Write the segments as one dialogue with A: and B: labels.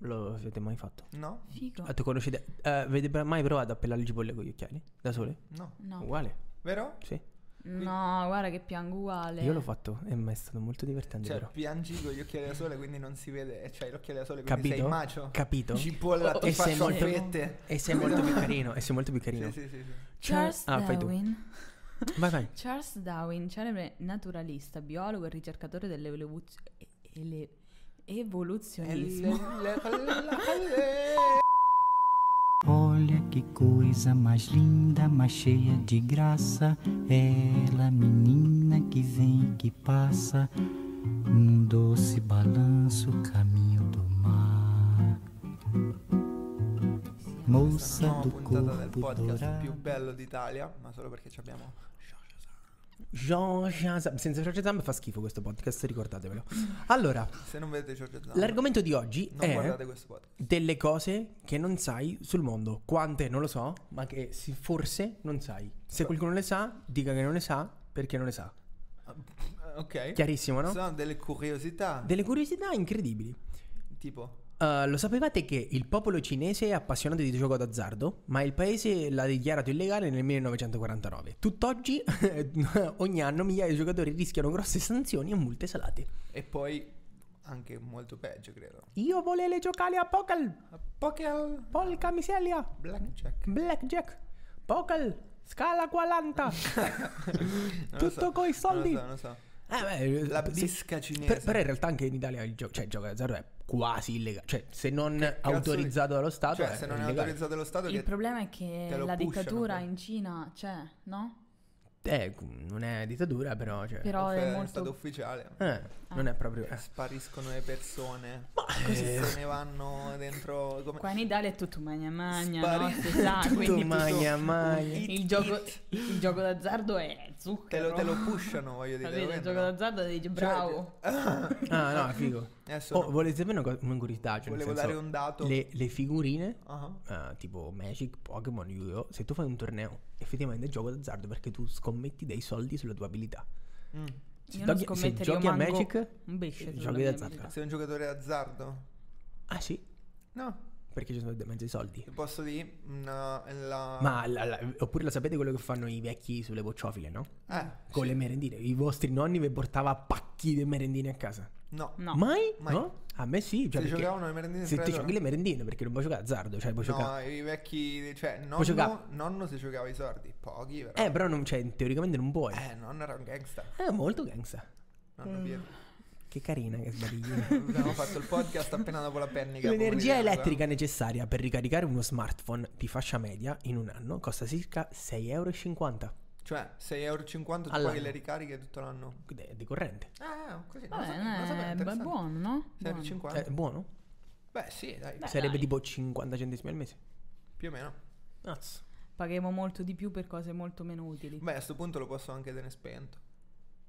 A: Lo avete mai fatto?
B: Mm-hmm. No,
C: Figo.
A: Ah, tu conoscete... eh, avete mai provato a pelare le cipolle con gli occhiali? Da sole?
B: no.
C: No.
A: Uguale?
B: Vero?
A: Sì.
C: No, guarda che piango uguale.
A: Io l'ho fatto e mi è stato molto divertente
B: Cioè,
A: però.
B: piangi con gli occhiali da sole, quindi non si vede. E c'hai gli occhiali da sole, quindi
A: Capito?
B: sei macio.
A: Capito?
B: Cipolla, ti
A: e sei
B: faccio
A: molto,
B: fette.
A: e sei molto più carino. E sei molto più carino.
B: Sì, sì, sì, sì.
C: Charles
B: Cioè,
A: Ah, fai tu.
C: Darwin.
A: Vai, vai.
C: Charles Darwin, celebre naturalista, biologo e ricercatore dell'evoluzio- e- e le- evoluzionismo.
D: Olha que coisa mais linda, mais cheia de graça. Ela, menina que vem e que passa, num doce balanço, caminho do mar. Moça
B: Questa
D: do
B: puntata del
D: corpo
B: podcast più
D: dourado.
B: bello d'Italia, ma solo perché ci abbiamo
A: Jean Shazam. Senza Giorgio Zamb fa schifo questo podcast, ricordatevelo. Allora,
B: Se non vedete Giorgio Zampa,
A: l'argomento di oggi
B: non
A: è
B: guardate questo podcast.
A: delle cose che non sai sul mondo. Quante non lo so, ma che si- forse non sai. Se qualcuno le sa, dica che non le sa perché non le sa.
B: Ah, Ok.
A: Chiarissimo, no?
B: Sono delle curiosità.
A: Delle curiosità incredibili.
B: tipo,
A: Uh, lo sapevate che il popolo cinese è appassionato di gioco d'azzardo, ma il paese l'ha dichiarato illegale nel 1949. Tutt'oggi, ogni anno migliaia di giocatori rischiano grosse sanzioni e multe salate.
B: e poi anche molto peggio, credo.
A: Io volevo giocare a poker,
B: Poker,
A: polca miseria,
B: blackjack.
A: blackjack, poker, scala 40.
B: Non lo
A: Tutto
B: so,
A: coi soldi.
B: Non lo so, non lo
A: Eh beh,
B: so. La
A: se-
B: bisca cinese.
A: per- però in realtà anche in Italia il gioco, cioè il gioco d'azzardo è quasi illegale, cioè se non
B: Cazzo
A: autorizzato
B: di-
A: dallo Stato
B: Cioè,
A: è,
B: se non è
A: illegale.
B: autorizzato dallo Stato,
C: Il
B: che
C: problema
B: te
C: è che
B: lo
C: la
B: pushano
C: dittatura
B: poi.
C: in Cina c'è, no?
A: Eh, non è dittatura però, cioè,
C: Però
B: è
C: è
B: stato stato
C: molto...
B: ufficiale.
A: Eh, non è proprio. eh.
B: Spariscono le persone. Così se ne vanno dentro. Come...
C: Qua in Italia è tutto magna magna, no?
B: Spari-
C: Si sa,
A: Tutto
C: quindi tu-
A: magna magna.
B: It-
C: il, gioco,
B: it.
C: il gioco d'azzardo è
B: Te
C: zucchero.
B: lo, te lo pushano, voglio dire. te lo
C: Capito? Il gioco
B: vendono.
C: d'azzardo dici
B: Cioè,
C: bravo.
A: Ah, no, figo.
B: Adesso
A: Oh,
B: no.
A: volete sapere una, co- una curiosità? Cioè, nel
B: volevo
A: senso,
B: dare un dato.
A: Le, le figurine,
B: Ah,
A: eh, tipo Magic, Pokémon, Yu-Gi-Oh! Se tu fai un torneo, effettivamente è gioco d'azzardo perché tu scommetti dei soldi sulla tua abilità.
B: mm.
A: Se,
C: Io non
A: giochi- se
C: scommettere, io
A: giochi a
C: manco
A: Magic,
C: un pesce
A: eh,
C: sulla
A: giochi
C: mia
A: d'azzardo.
C: abilità.
B: Sei un giocatore d'azzardo?
A: ah sì,
B: No.
A: perché ci sono di mezzo i soldi.
B: Ti Posso dire una, mm, eh, la...
A: Ma la- la- oppure la sapete quello che fanno i vecchi sulle bocciofile, no?
B: Eh,
A: Con le merendine. I vostri nonni vi portava pacchi di merendine a casa.
B: no.
C: No.
A: Mai?
B: Mai.
A: No? A me sì. Cioè
B: Se
A: perché-
B: giocavano le merendine
A: Se
B: fra
A: ti
B: loro.
A: giochi le merendine perché non puoi giocare azzardo, cioè puoi giocare...
B: No, i vecchi... Cioè, nonno,
A: giocare-
B: nonno si giocava i sordi. Pochi, però.
A: Eh, però non, cioè, teoricamente non puoi.
B: Eh, nonno era un gangster.
A: È molto gangsta. Mm.
B: Nonno Pietro.
A: Che carina che sbadiglina.
B: Abbiamo fatto il podcast appena dopo la pennica.
A: L'energia
B: pomeridiana,
A: elettrica necessaria per ricaricare uno smartphone di fascia media in un anno costa circa 6,50 euro
B: guarda. Cioè, 6,50 euro tu
A: All'anno.
B: paghi le ricariche tutto l'anno.
A: di, di corrente.
B: Ah, così. non lo
C: Vabbè, eh,
B: sapevo, non lo sapevo,
C: è
B: interessante. Cioè,
C: buono, no? Buono.
B: 6,50
A: È Eh, buono?
B: Beh, sì, dai.
C: Beh,
A: Sarebbe
C: Eh, dai.
A: tipo 50 centesimi al mese.
B: Più o meno.
A: Azz.
C: Paghiamo molto di più per cose molto meno utili.
B: Beh, a sto punto lo posso anche tenere spento.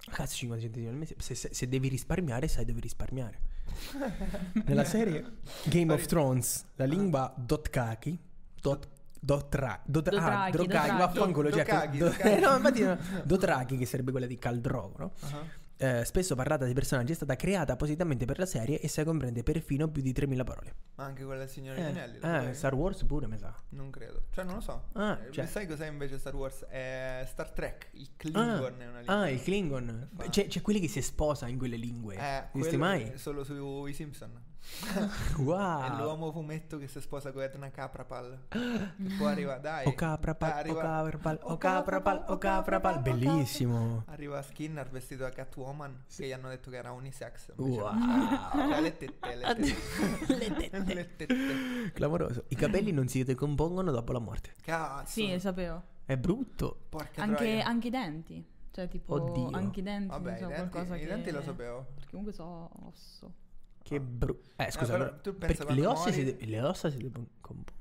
A: Cazzo, 50 centesimi al mese. Se, se- se devi risparmiare, sai dove risparmiare. Nella serie Game of Thrones,
B: Ah.
A: la lingua Dotkaki. Dot, dotra, dot, ah,
C: Dotraki,
A: Drogaki,
C: Dotraki.
A: vaffanculo. cioè,
B: Dokagi,
A: do-
B: Dokagi.
A: no, infatti, no, Dotraki, che sarebbe quella di Caldrogo, no?
B: Ah,
A: eh, spesso parlata dei personaggi, è stata creata appositamente per la serie e se comprende perfino più di 3000 parole.
B: Ma anche quella del Signore degli Anelli.
A: Eh,
B: la
A: eh,
B: sapevi?
A: Star Wars pure, mi sa.
B: Non credo. Cioè, non lo so.
A: Ah,
B: Eh,
A: cioè-
B: Sai cos'è invece Star Wars? È Star Trek. Il Klingon è una lingua.
A: ah, il Klingon. Cioè,
B: Fa-
A: C'è, c'è quelli che si sposa in quelle lingue.
B: Eh,
A: Visti
B: quello
A: mai?
B: è Solo sui Simpson. È
A: Wow.
B: l'uomo fumetto che si sposa con Edna Caprapal. Che poi arriva, dai.
A: O caprapal, o
B: arriva-
A: caprapal, o caprapal, o caprapal. Bellissimo.
B: Arriva Skinner vestito da Catwoman. Che gli hanno detto che era unisex. invece
A: Wow.
B: no. Aveva le tette, le tette.
A: Le tette.
B: Le tette.
A: Clamoroso. I capelli non si decompongono dopo la morte.
B: Cazzo.
C: Sì, lo sapevo.
A: È brutto.
B: Porca
C: Anche,
B: troia.
C: anche i denti. Cioè, tipo,
A: Oddio.
C: anche i denti.
B: Vabbè,
C: so,
B: i denti,
C: qualcosa
B: i
C: che...
B: denti lo sapevo.
C: Perché comunque so osso.
A: Che brutto. Eh, scusa.
B: Ah, però
A: allora,
B: tu pensa
A: perché
B: quando
A: le ossa, si
B: muori-
A: de- le ossa si decompongono.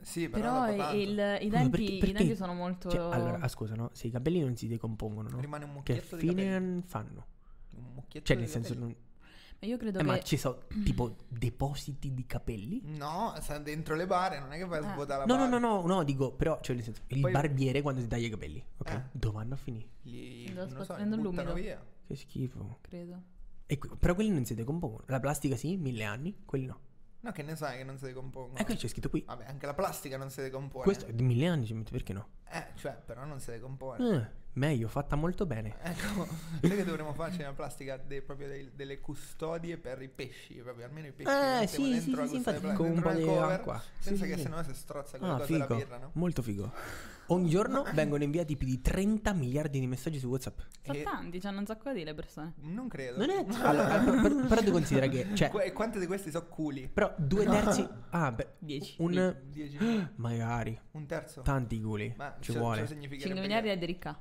B: Sì, però,
C: Però
B: dopo tanto.
C: il- i,
A: Scusa,
C: denti,
A: perché-
C: i
A: perché-
C: denti sono molto...
A: Cioè, allora, ah, scusa, no? Se i capelli non si decompongono, no?
B: Rimane un
A: Che
B: mucchietto di
A: fine
B: capelli.
A: fanno?
B: Un mucchietto
A: Cioè,
B: di
A: nel senso,
B: capelli.
A: non...
C: Ma Io credo
A: eh, ma
C: che...
A: ci sono tipo depositi di capelli?
B: No, sta dentro le bare, non è che vai a
C: Ah.
B: svuotare la
A: No, no,
B: bara.
A: no, no, no, dico, però, cioè, nel senso, il
B: Poi-
A: barbiere quando ti taglia i capelli, ok?
B: Eh.
A: Dove vanno a finire?
B: Gli,
C: Lo
B: non
C: sto
B: lo so, li
C: prendendo
B: buttano
C: l'umido.
B: via.
A: Che schifo.
C: Credo.
A: E que- però quelli non si decompongono. La plastica sì, mille anni, quelli no.
B: No, che ne sai che non si decompongono.
A: E qui c'è scritto qui.
B: Vabbè, anche la plastica non si decompone.
A: Questo è di mille anni, ci metti- perché no?
B: Eh, cioè, però non si decompone.
A: Eh, meglio, fatta molto bene.
B: Ecco, noi che dovremmo farci una plastica dei- proprio dei- delle custodie per i pesci, proprio almeno i pesci li
A: Eh,
B: mettiamo dentro
A: sì, sì,
B: la
A: sì, sì,
B: custodia
A: infatti,
B: plastica,
A: con un
B: dentro
A: po'
B: nel
A: di
B: cover,
A: acqua. Sì,
B: Senza
A: sì,
B: che
A: sì.
B: sennò si strozza quella
A: Ah,
B: cosa della
A: figo.
B: birra, no?
A: Molto figo. Ogni giorno vengono inviati più di 30 miliardi di messaggi su WhatsApp.
C: Sono
B: E-
C: tanti, c'hanno un sacco di le persone.
B: Non credo.
A: Non è. Allora, però- però, però tu considera che. Cioè,
B: Qu- quanti di questi sono culi?
A: però due terzi. Ah, beh.
C: Dieci.
A: Un.
B: Dieci?
A: Magari.
B: Un terzo?
A: Tanti guli.
B: Ma
A: ci
B: ciò- Ciò
A: vuole.
B: significa
C: 5 miliardi è di ricca.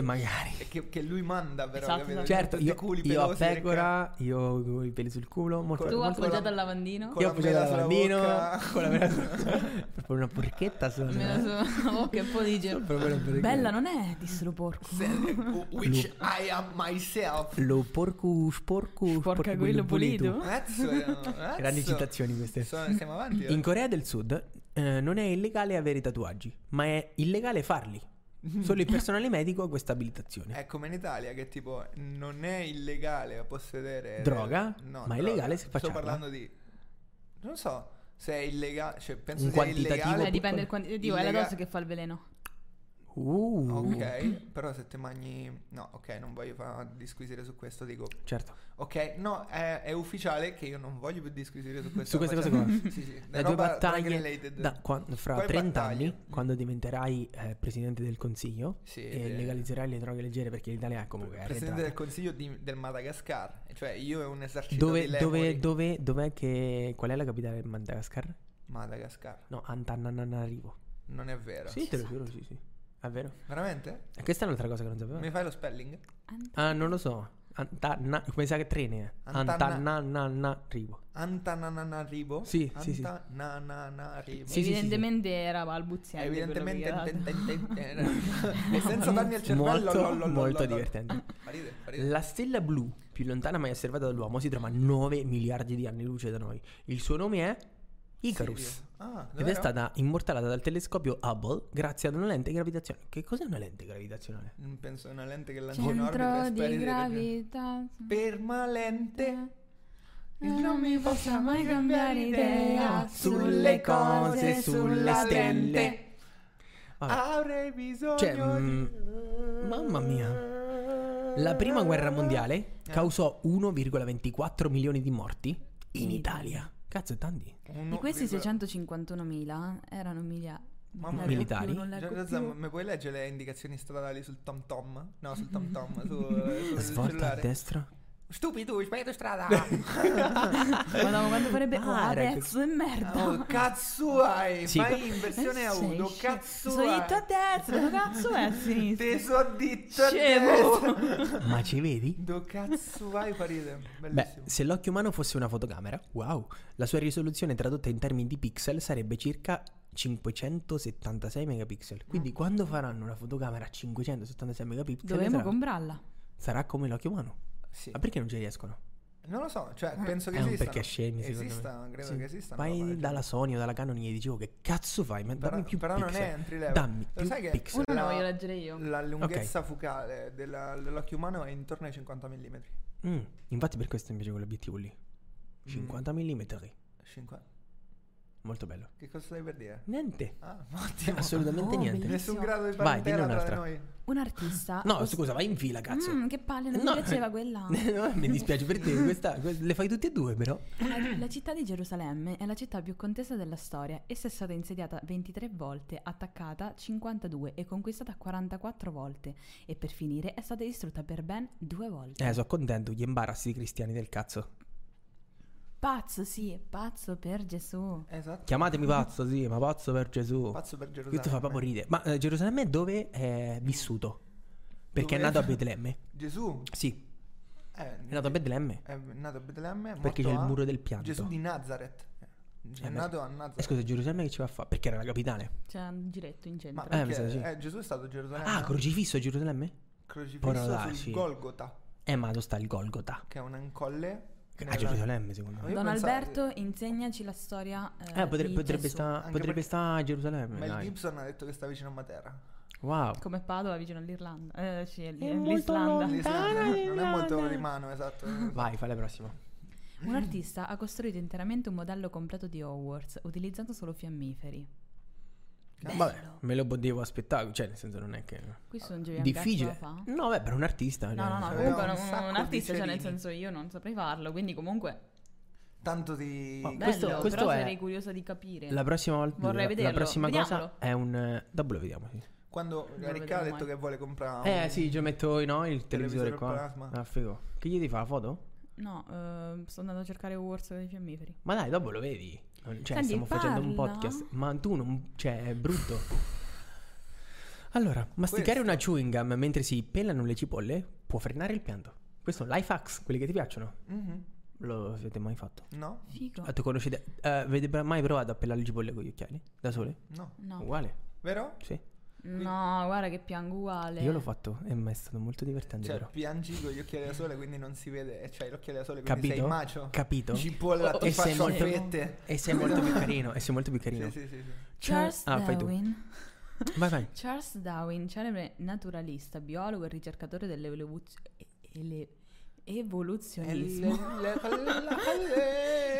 A: magari.
B: che, che lui manda, però.
C: Esatto,
B: capito?
C: esatto.
A: Certo,
B: Tutti
A: io,
B: culi
A: io a
B: pelosi del ca-
A: pecora, io con i peli sul culo, molto
C: Tu
B: Con-
A: molto-
C: appoggiato
B: la-
C: al lavandino.
B: con
A: Io ho
B: la
A: appoggiato
B: mela
A: la
B: sulla
A: lavandino,
B: bocca.
A: con la mela sulla proprio una porchetta sono.
C: Almeno su... oh, che poi dice...
A: Proprio una porchetta.
C: Bella non è, dissero porco.
B: Se- Which I am myself.
A: Lo porco sporco
C: Porca
A: sporco
C: quello pulito.
B: Cazzo, eh, cazzo.
A: Grandi citazioni queste.
B: So- siamo avanti. eh.
A: In Corea del Sud eh, non è illegale avere i tatuaggi, ma è illegale farli. Solo il personale medico ha questa abilitazione.
B: È come in Italia che tipo non è illegale possedere
A: Droga?
B: No,
A: Ma è
B: droga.
A: illegale se
B: Sto
A: facciamo.
B: parlando di non so se è illegale, cioè penso
A: Un
B: sia
A: quantitativo
B: illegale.
C: Eh, dipende il quantitativo, è la
B: Illega-
C: dose che fa il veleno.
A: Uh,
B: Ok, però se te mangi no, ok, non voglio fa- disquisire su questo, dico
A: certo.
B: Ok, no, è, è ufficiale che io non voglio più disquisire su questo.
A: Su queste cose
B: facciamo-
A: qua.
B: Sì, sì,
A: Le due
B: roba
A: battaglie
B: drug-related.
A: da qua- fra
B: Poi
A: 30
B: battaglie.
A: anni, quando diventerai eh, presidente del consiglio
B: Sì,
A: e
B: eh.
A: legalizzerai le droghe leggere perché l'Italia è comunque è
B: Presidente del
A: arretrata.
B: Consiglio di- del Madagascar, cioè io è un esercito
A: Dove,
B: di
A: dove,
B: lemuri.
A: dove, dov'è che, qual è la capitale del Madagascar?
B: Madagascar,
A: No, Antananarivo.
B: non è vero.
A: Sì, te lo giuro, sì, sì. È vero.
B: Veramente?
A: E questa è un'altra cosa che non sapevo.
B: Mi fai lo spelling?
A: Ah, non lo so. Antanna, mi sa che tre ne è.
B: Antanna-
A: Antananarivo.
B: Antananarivo?
A: Sì, sì, sì.
B: Antananarivo.
A: Sì, sì, sì, sì.
C: Evidentemente era balbuziente. quello che
B: Evidentemente
C: era-
B: e senza danni al cervello
A: Molto,
B: lol, lol, lol,
A: molto
B: lol, lol.
A: divertente.
B: Fa ridere, fa ridere.
A: La stella blu, più lontana mai osservata dall'uomo, si trova a 9 miliardi di anni luce da noi. Il suo nome è Icarus.
B: Sì. Ah,
A: Ed è
B: davvero?
A: stata immortalata dal telescopio Hubble grazie ad una lente gravitazionale. Che cos'è una lente gravitazionale?
B: Non Mm, penso a una lente che lancia in orbita
C: Centro
B: e
C: di
B: speri
C: gravità.
B: Permalente
C: Non mi possa mai cambiare idea
A: sulle cose, sulle stelle. Vabbè.
B: Avrei bisogno
A: Cioè,
B: di-
A: mm, mamma mia. La prima
B: Eh.
A: guerra mondiale causò 1,24 milioni di morti in Italia. Cazzo, è tanti.
B: Uno
C: Di questi
B: virgola-
C: 651.000 erano milia...
B: Mamma mia.
C: non leggo più,
A: Militari?
C: non leggo
B: Già- già-
C: più.
B: mi puoi leggere le indicazioni stradali sul Tom Tom? No, sul Tom Tom, su, sul
A: Svolta a
B: cellulare.
A: destra.
B: Stupido, sbagliato strada.
C: Madonna, quando farebbe...
A: Ah,
C: Ah,
A: era
C: pezzo di merda.
B: oh, cazzo hai?
A: Sì,
B: Fai in versione a
C: Sei
B: uno,
C: sce-
B: cazzo
C: Eh, Sono
B: hai?
C: detto a destra, dove cazzo è a sinistra?
B: Te so ditto a
C: Scemo.
B: destra.
A: Ma ci vedi?
B: Do cazzo hai, Paride?
A: Beh,
B: Bellissimo.
A: se l'occhio umano fosse una fotocamera, wow, la sua risoluzione tradotta in termini di pixel sarebbe circa 576 megapixel. Quindi
B: Mm.
A: quando faranno una fotocamera a 576 megapixel
C: Dovremmo
A: sarà,
C: comprarla.
A: sarà come l'occhio umano.
B: Sì.
A: Ma perché non ci riescono?
B: Non lo so, cioè, penso che
A: Eh,
B: esistano.
A: perché scemi, secondo me.
B: Esistano, credo
A: Sì.
B: che esistano.
A: Vai
B: roba del
A: dalla Sony o dalla Canon e gli dicevo che cazzo fai? Ma
B: Però-
A: dammi più
B: però non
A: pixel.
B: è entry level.
A: Dammi
B: Lo
A: più
B: sai che-
A: pixel.
C: Uno
B: la-
C: la voglio leggere io.
B: La lunghezza focale della- dell'occhio umano è intorno ai 50 mm.
A: Mm, Infatti per questo invece quell'obiettivo lì. 50 mm.
B: Cinqua-
A: Molto bello.
B: Che cosa stai per dire?
A: Niente.
B: Ah, ottimo.
A: Assolutamente
C: Oh,
A: niente.
B: Nessun grado di
A: Vai,
B: parentela
A: dimmi
B: tra
A: un'altra.
B: noi.
C: Un artista...
A: No,
C: os-
A: scusa, vai in fila, cazzo.
C: Mm, che palle, non
A: No. eh,
C: mi piaceva quella.
A: No, mi dispiace per te, questa- que- le fai tutte e due però.
C: La, la città di Gerusalemme è la città più contesa della storia. Essa è stata insediata 23 volte, attaccata 52 e conquistata 44 volte. E per finire è stata distrutta per ben due volte.
A: Eh, sono contento, gli imbarazzi dei cristiani del cazzo.
C: Pazzo, sì, pazzo per Gesù.
B: Esatto.
A: Chiamatemi pazzo, sì, ma pazzo per Gesù.
B: Pazzo per Gerusalemme.
A: Questo fa proprio ridere. Ma eh, Gerusalemme dove è vissuto? Perché
B: Dove-
A: è nato a Betlemme.
B: Gesù
A: Sì,
B: eh,
A: è nato a Betlemme.
B: è nato a Betlemme. è morto
A: Perché c'è il
B: a-
A: muro del pianto.
B: eh? Gesù di Nazareth. È
A: Eh, ma-
B: nato a
A: Eh,
B: Nazareth.
A: scusa, Gerusalemme che ci va a fare? Perché era la capitale.
C: C'è un giretto in centro.
B: Ma
A: Eh, mi
B: perché-
A: sa di sì.
B: eh, Gesù è stato a Gerusalemme.
A: Ah, crocifisso a Gerusalemme?
B: crocifisso
A: Poradaci.
B: sul Golgota,
A: Eh, ma dove sta il Golgota?
B: che è un ancolle.
A: A Gerusalemme, secondo me.
B: io
C: Don
B: pensavo-
C: Alberto, insegnaci la storia. Eh,
A: Eh, potre-
C: di
A: potrebbe,
C: Gesù.
A: sta,
B: Anche
A: potrebbe
B: perché-
A: sta a Gerusalemme.
B: Mel
A: dai.
B: Gibson ha detto che sta vicino a Matera.
A: Wow.
C: Come Padova vicino all'Irlanda. Eh, sì,
A: molto
C: l'Islanda.
A: lontano.
B: L'Islanda
A: Lontana
B: non è molto
A: l'Islanda.
B: rimano, esatto.
A: Vai, fai la prossima.
C: Un artista ha costruito interamente un modello completo di Hogwarts, utilizzando solo fiammiferi. Bello.
A: Vabbè, me lo potevo aspettare, cioè nel senso non è che...
C: Questo è un gioiello
A: Difficile.
C: Fa?
A: No, vabbè, per un artista.
C: No,
A: cioè,
C: no, no,
A: eh.
B: Aveva
C: comunque
B: un
C: un,
B: sacco
C: un
B: di
C: artista, cioè nel
B: cerini.
C: senso io non saprei farlo, quindi comunque
B: Tanto di...
A: Ma
C: bello,
A: Questo- questo
C: però
A: è-
C: sarei curiosa di capire.
A: La prossima volta...
C: Vorrei
A: la-
C: vederlo.
A: La prossima
C: Vediamolo.
A: cosa è un... eh, Dopo lo vediamo, sì.
B: Quando
C: lo
B: Riccardo ha
C: vedremo
B: detto
C: mai.
B: che vuole comprare un-
A: Eh sì, già metto io, no, il televisore,
B: televisore
A: qua.
B: plasma.
A: Ah, figo. Che gli devi fare la foto?
C: No, ehm, sto andando a cercare Hogwarts con i fiammiferi.
A: Ma dai, dopo lo vedi. Non- Cioè,
C: Senti,
A: stiamo facendo un
C: parla.
A: podcast. Ma tu non. Cioè, è brutto. Allora, masticare
B: Questo.
A: una chewing gum mentre si pelano le cipolle può frenare il pianto. Questo è un life hacks, quelli che ti piacciono.
B: Mhm.
A: Lo avete mai fatto?
B: No,
C: Figo.
A: Ah, tu conoscete. eh, avete mai provato a pelare le cipolle con gli occhiali? Da sole?
B: no.
C: No.
A: Uguale,
B: Vero?
A: sì.
C: No, guarda che piango uguale.
A: Io l'ho fatto e mi è stato molto divertente,
B: Cioè,
A: però.
B: piangi con gli occhiali da sole, quindi non si vede. E c'hai gli occhiali da sole, quindi
A: Capito?
B: sei macio.
A: Capito?
B: Cipolla,
A: Oh,
B: ti
A: e sei
B: faccio
A: molto-
B: fette.
A: E sei molto più carino. E sei molto più carino.
B: Sì, sì, sì, sì.
C: Charles
A: Ah, fai tu.
C: Darwin.
A: Vai, vai.
C: Charles Darwin, celebre naturalista, biologo e ricercatore dell'evoluzio- e- ele- evoluzionismo.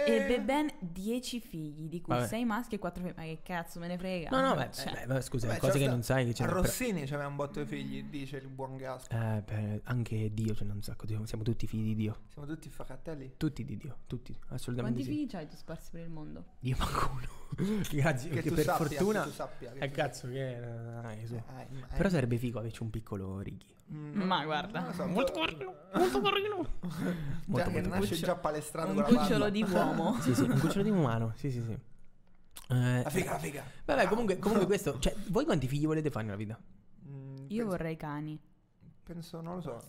C: Ebbe ben 10 figli, di cui
A: Vabbè.
C: 6 maschi e 4 femmine. Ma che cazzo me ne frega?
A: No, no, beh,
C: Cioè,
A: beh, beh, scusa,
B: Beh,
A: cose
B: c'è
A: che
B: sta-
A: non sai che c'è.
B: A
A: però-
B: Rossini c'aveva un botto di figli, dice il buon Gasco.
A: Eh, beh, anche ecco, Dio cioè, ce n'è un sacco. di- Siamo tutti figli di Dio.
B: Siamo tutti facatelli.
A: Tutti di Dio. Tutti, assolutamente
C: quanti
A: sì.
C: figli hai tu sparsi per il mondo?
A: Io manco uno. Grazie,
B: Che
A: perché
B: tu
A: per
B: sappia,
A: fortuna.
B: che tu sappia. che
A: Eh,
B: tu
A: cazzo, che. ah, che so.
B: sappia. Ah, ma-
A: Però sarebbe figo averci un piccolo righi.
B: Mm,
C: Ma guarda,
B: non lo so,
A: Molto
B: però-
A: carino, molto carino.
B: Già
A: molto,
B: che
A: molto
B: nasce
A: cuccio-
B: già palestrato
C: un
B: con la
C: cucciolo
B: palla.
C: di uomo.
A: Sì, sì, un cucciolo di umano. Sì, sì, sì. Eh,
B: La Ah, figa, la figa.
A: vabbè, comunque, comunque questo. Cioè, voi quanti figli volete fare nella vita?
B: Mm,
C: Io
B: penso-
C: vorrei cani.
B: Penso, non lo so.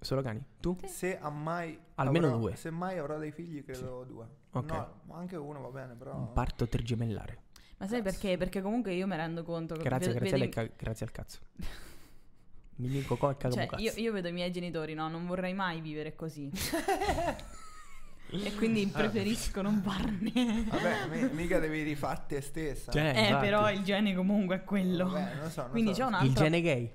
A: Solo cani? Tu?
B: Se a mai
A: Almeno
B: avrò-
A: due.
B: Se mai avrò dei figli, credo due.
A: Ok.
B: No, ma anche uno va bene, però.
A: Un parto trigemellare.
C: Ma sai perché? Perché comunque io mi rendo conto che
A: Grazie,
C: ve-
A: grazie,
C: vedo
A: alle
C: i-
A: ca- grazie al cazzo. Mi cocò e cago
C: Cioè,
A: cazzo.
C: io, io vedo i miei genitori, no, non vorrei mai vivere così. e
A: Ah,
C: quindi preferisco non farne.
B: Vabbè, mi- mica devi rifare te stessa.
A: Cioè,
C: Eh,
A: infatti.
C: però il gene comunque è quello.
B: Vabbè, non so, non
C: quindi
B: so.
C: c'è,
A: Il
C: un'altra,
A: gene gay.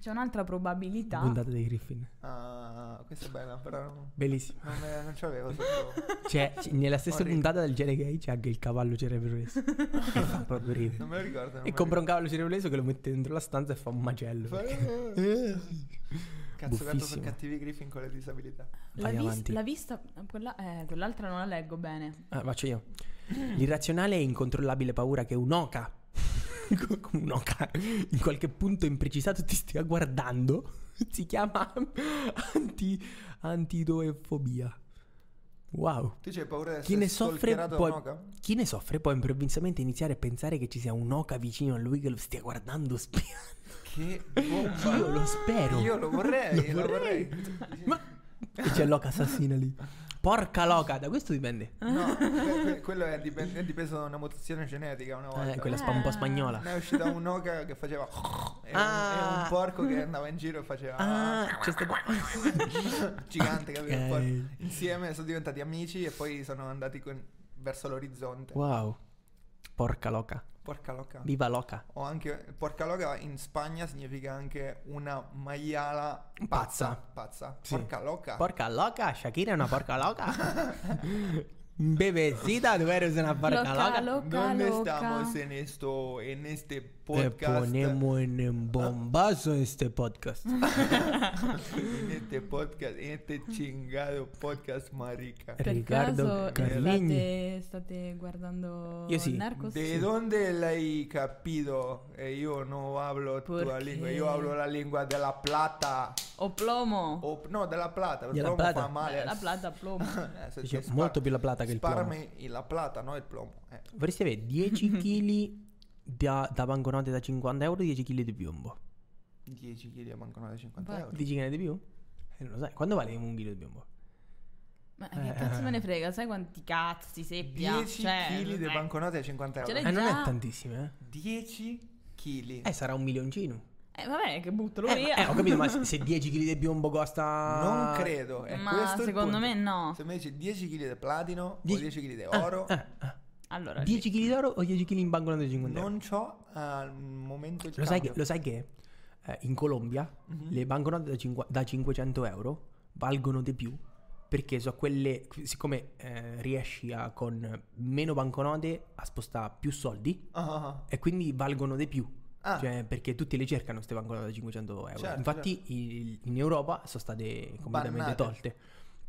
C: c'è un'altra probabilità.
A: Puntata dei Griffin.
B: Ah, questa è bella, però non,
A: Bellissimo.
B: non, me- non ce l'avevo sotto.
A: Cioè, c- nella stessa
B: Orribile.
A: puntata del gene gay c'è anche il cavallo cerebraleso. che fa proprio
B: Non
A: ridere.
B: me lo ricordo. non
A: E
B: me lo
A: compra un cavallo cerebraleso che lo mette dentro la stanza e fa un macello.
B: ricordo. Cazzo, quanto sono
A: Eh. Buffissimo.
B: cattivi i Griffin con le disabilità.
C: La,
A: Vai
C: vis-
A: avanti.
C: la vista, quella- eh, quell'altra non la leggo bene.
A: Ah, faccio io. L'irrazionale e incontrollabile paura che un'oca, come un'oca, in qualche punto imprecisato ti stia guardando, si chiama anti- antidoefobia. Wow.
B: Tu c'hai paura di essere
A: Chi ne, soffre
B: stalkerato da
A: può,
B: un'oca?
A: chi ne soffre può improvvisamente iniziare a pensare che ci sia un'oca vicino a lui che lo stia guardando spiando.
B: Che bomba.
A: Io lo spero.
B: Io lo vorrei,
A: Lo
B: lo vorrei.
A: Ma e c'è l'oca assassina lì. Porca loca, da questo dipende.
B: No, que- que- quello è, dipen- è dipeso da una mutazione genetica una volta.
A: Eh, quella spa un po' spagnola.
B: Ne è uscita un'oca che faceva. E, un, e
A: Ah.
B: un porco che andava in giro e faceva.
A: Ah, c'è stato...
B: Gigante, capito?
A: Ok.
B: Poi Insieme sono diventati amici e poi sono andati con- verso l'orizzonte.
A: Wow. Porca loca.
B: Porca loca.
A: Viva loca.
B: O anche. Porca loca in Spagna significa anche una maiala pazza.
A: Pazza.
B: Pazza.
A: Sì.
B: Porca loca.
A: Porca loca, Shakira è una porca loca. Bebecita, tu eri una porca
C: Loca,
A: loca.
C: loca,
B: ¿Dónde
C: loca.
B: estamos en esto, en este
A: Te
B: podcast?
A: ponemos en un bombazo este podcast.
B: En este podcast, en este chingado podcast, marica.
C: Per
A: Riccardo
C: caso
A: Carlini.
C: state, state guardando
A: Io sì.
C: Narcos?
B: ¿De dónde la ICA pido? Eh, yo no hablo tu
C: ¿Por
B: lengua,
C: qué?
B: yo hablo la lengua de la plata.
C: O plomo.
A: Oh,
B: O, no, de la plata,
A: De la
B: plomo
A: plata.
B: fa male.
C: La plata plomo.
B: Eh, se
A: Dice,
B: ti spar-
A: molto più la plata che il plomo.
B: Sparami il- la plata, no il plomo. Eh,
A: Vorresti avere 10 kg da, da banconote da 50 euro, 10 kg di piombo.
B: 10 kg mancano da 50
C: Vai.
B: euro.
A: Dici che ne di più? Eh, non lo sai. Quando vale un chilo di piombo?
C: Ma
A: Eh,
C: che cazzo me ne frega? Sai quanti cazzi seppia?
B: 10
C: Cioè,
B: kg di
C: eh.
B: banconote da 50
C: Ce
B: euro.
C: l'hai-
A: Eh, non
C: già-
A: è tantissimo, eh.
B: 10 kg.
A: Eh, sarà un milioncino.
C: Eh, vabbè, che buttalo
A: Eh,
C: via.
A: ma- eh, ho capito, ma se se 10 kg di piombo costa...
B: Non credo. È
C: Ma
B: questo il
C: secondo
B: punto.
C: me no.
B: Se mi dici 10 kg di platino
A: Die-
B: o 10 kg di
A: Ah,
B: oro,
A: ah, ah.
C: Allora,
A: 10 kg d'oro o 10 kg in banconote da 50 euro?
B: non c'ho al momento il
A: Lo sai che,
B: cambio. Mhm.
A: lo sai che,
B: Mm.
A: eh, in Colombia le banconote da, cinqu- da 500 euro valgono di più perché so quelle, siccome eh, riesci a con meno banconote a spostare più soldi
B: Ah, ah, ah.
A: e quindi valgono di più.
B: Ah.
A: Cioè, perché tutti le cercano queste banconote da 500 euro.
B: Certo,
A: Infatti il- in Europa sono state completamente
B: Bannate.
A: tolte.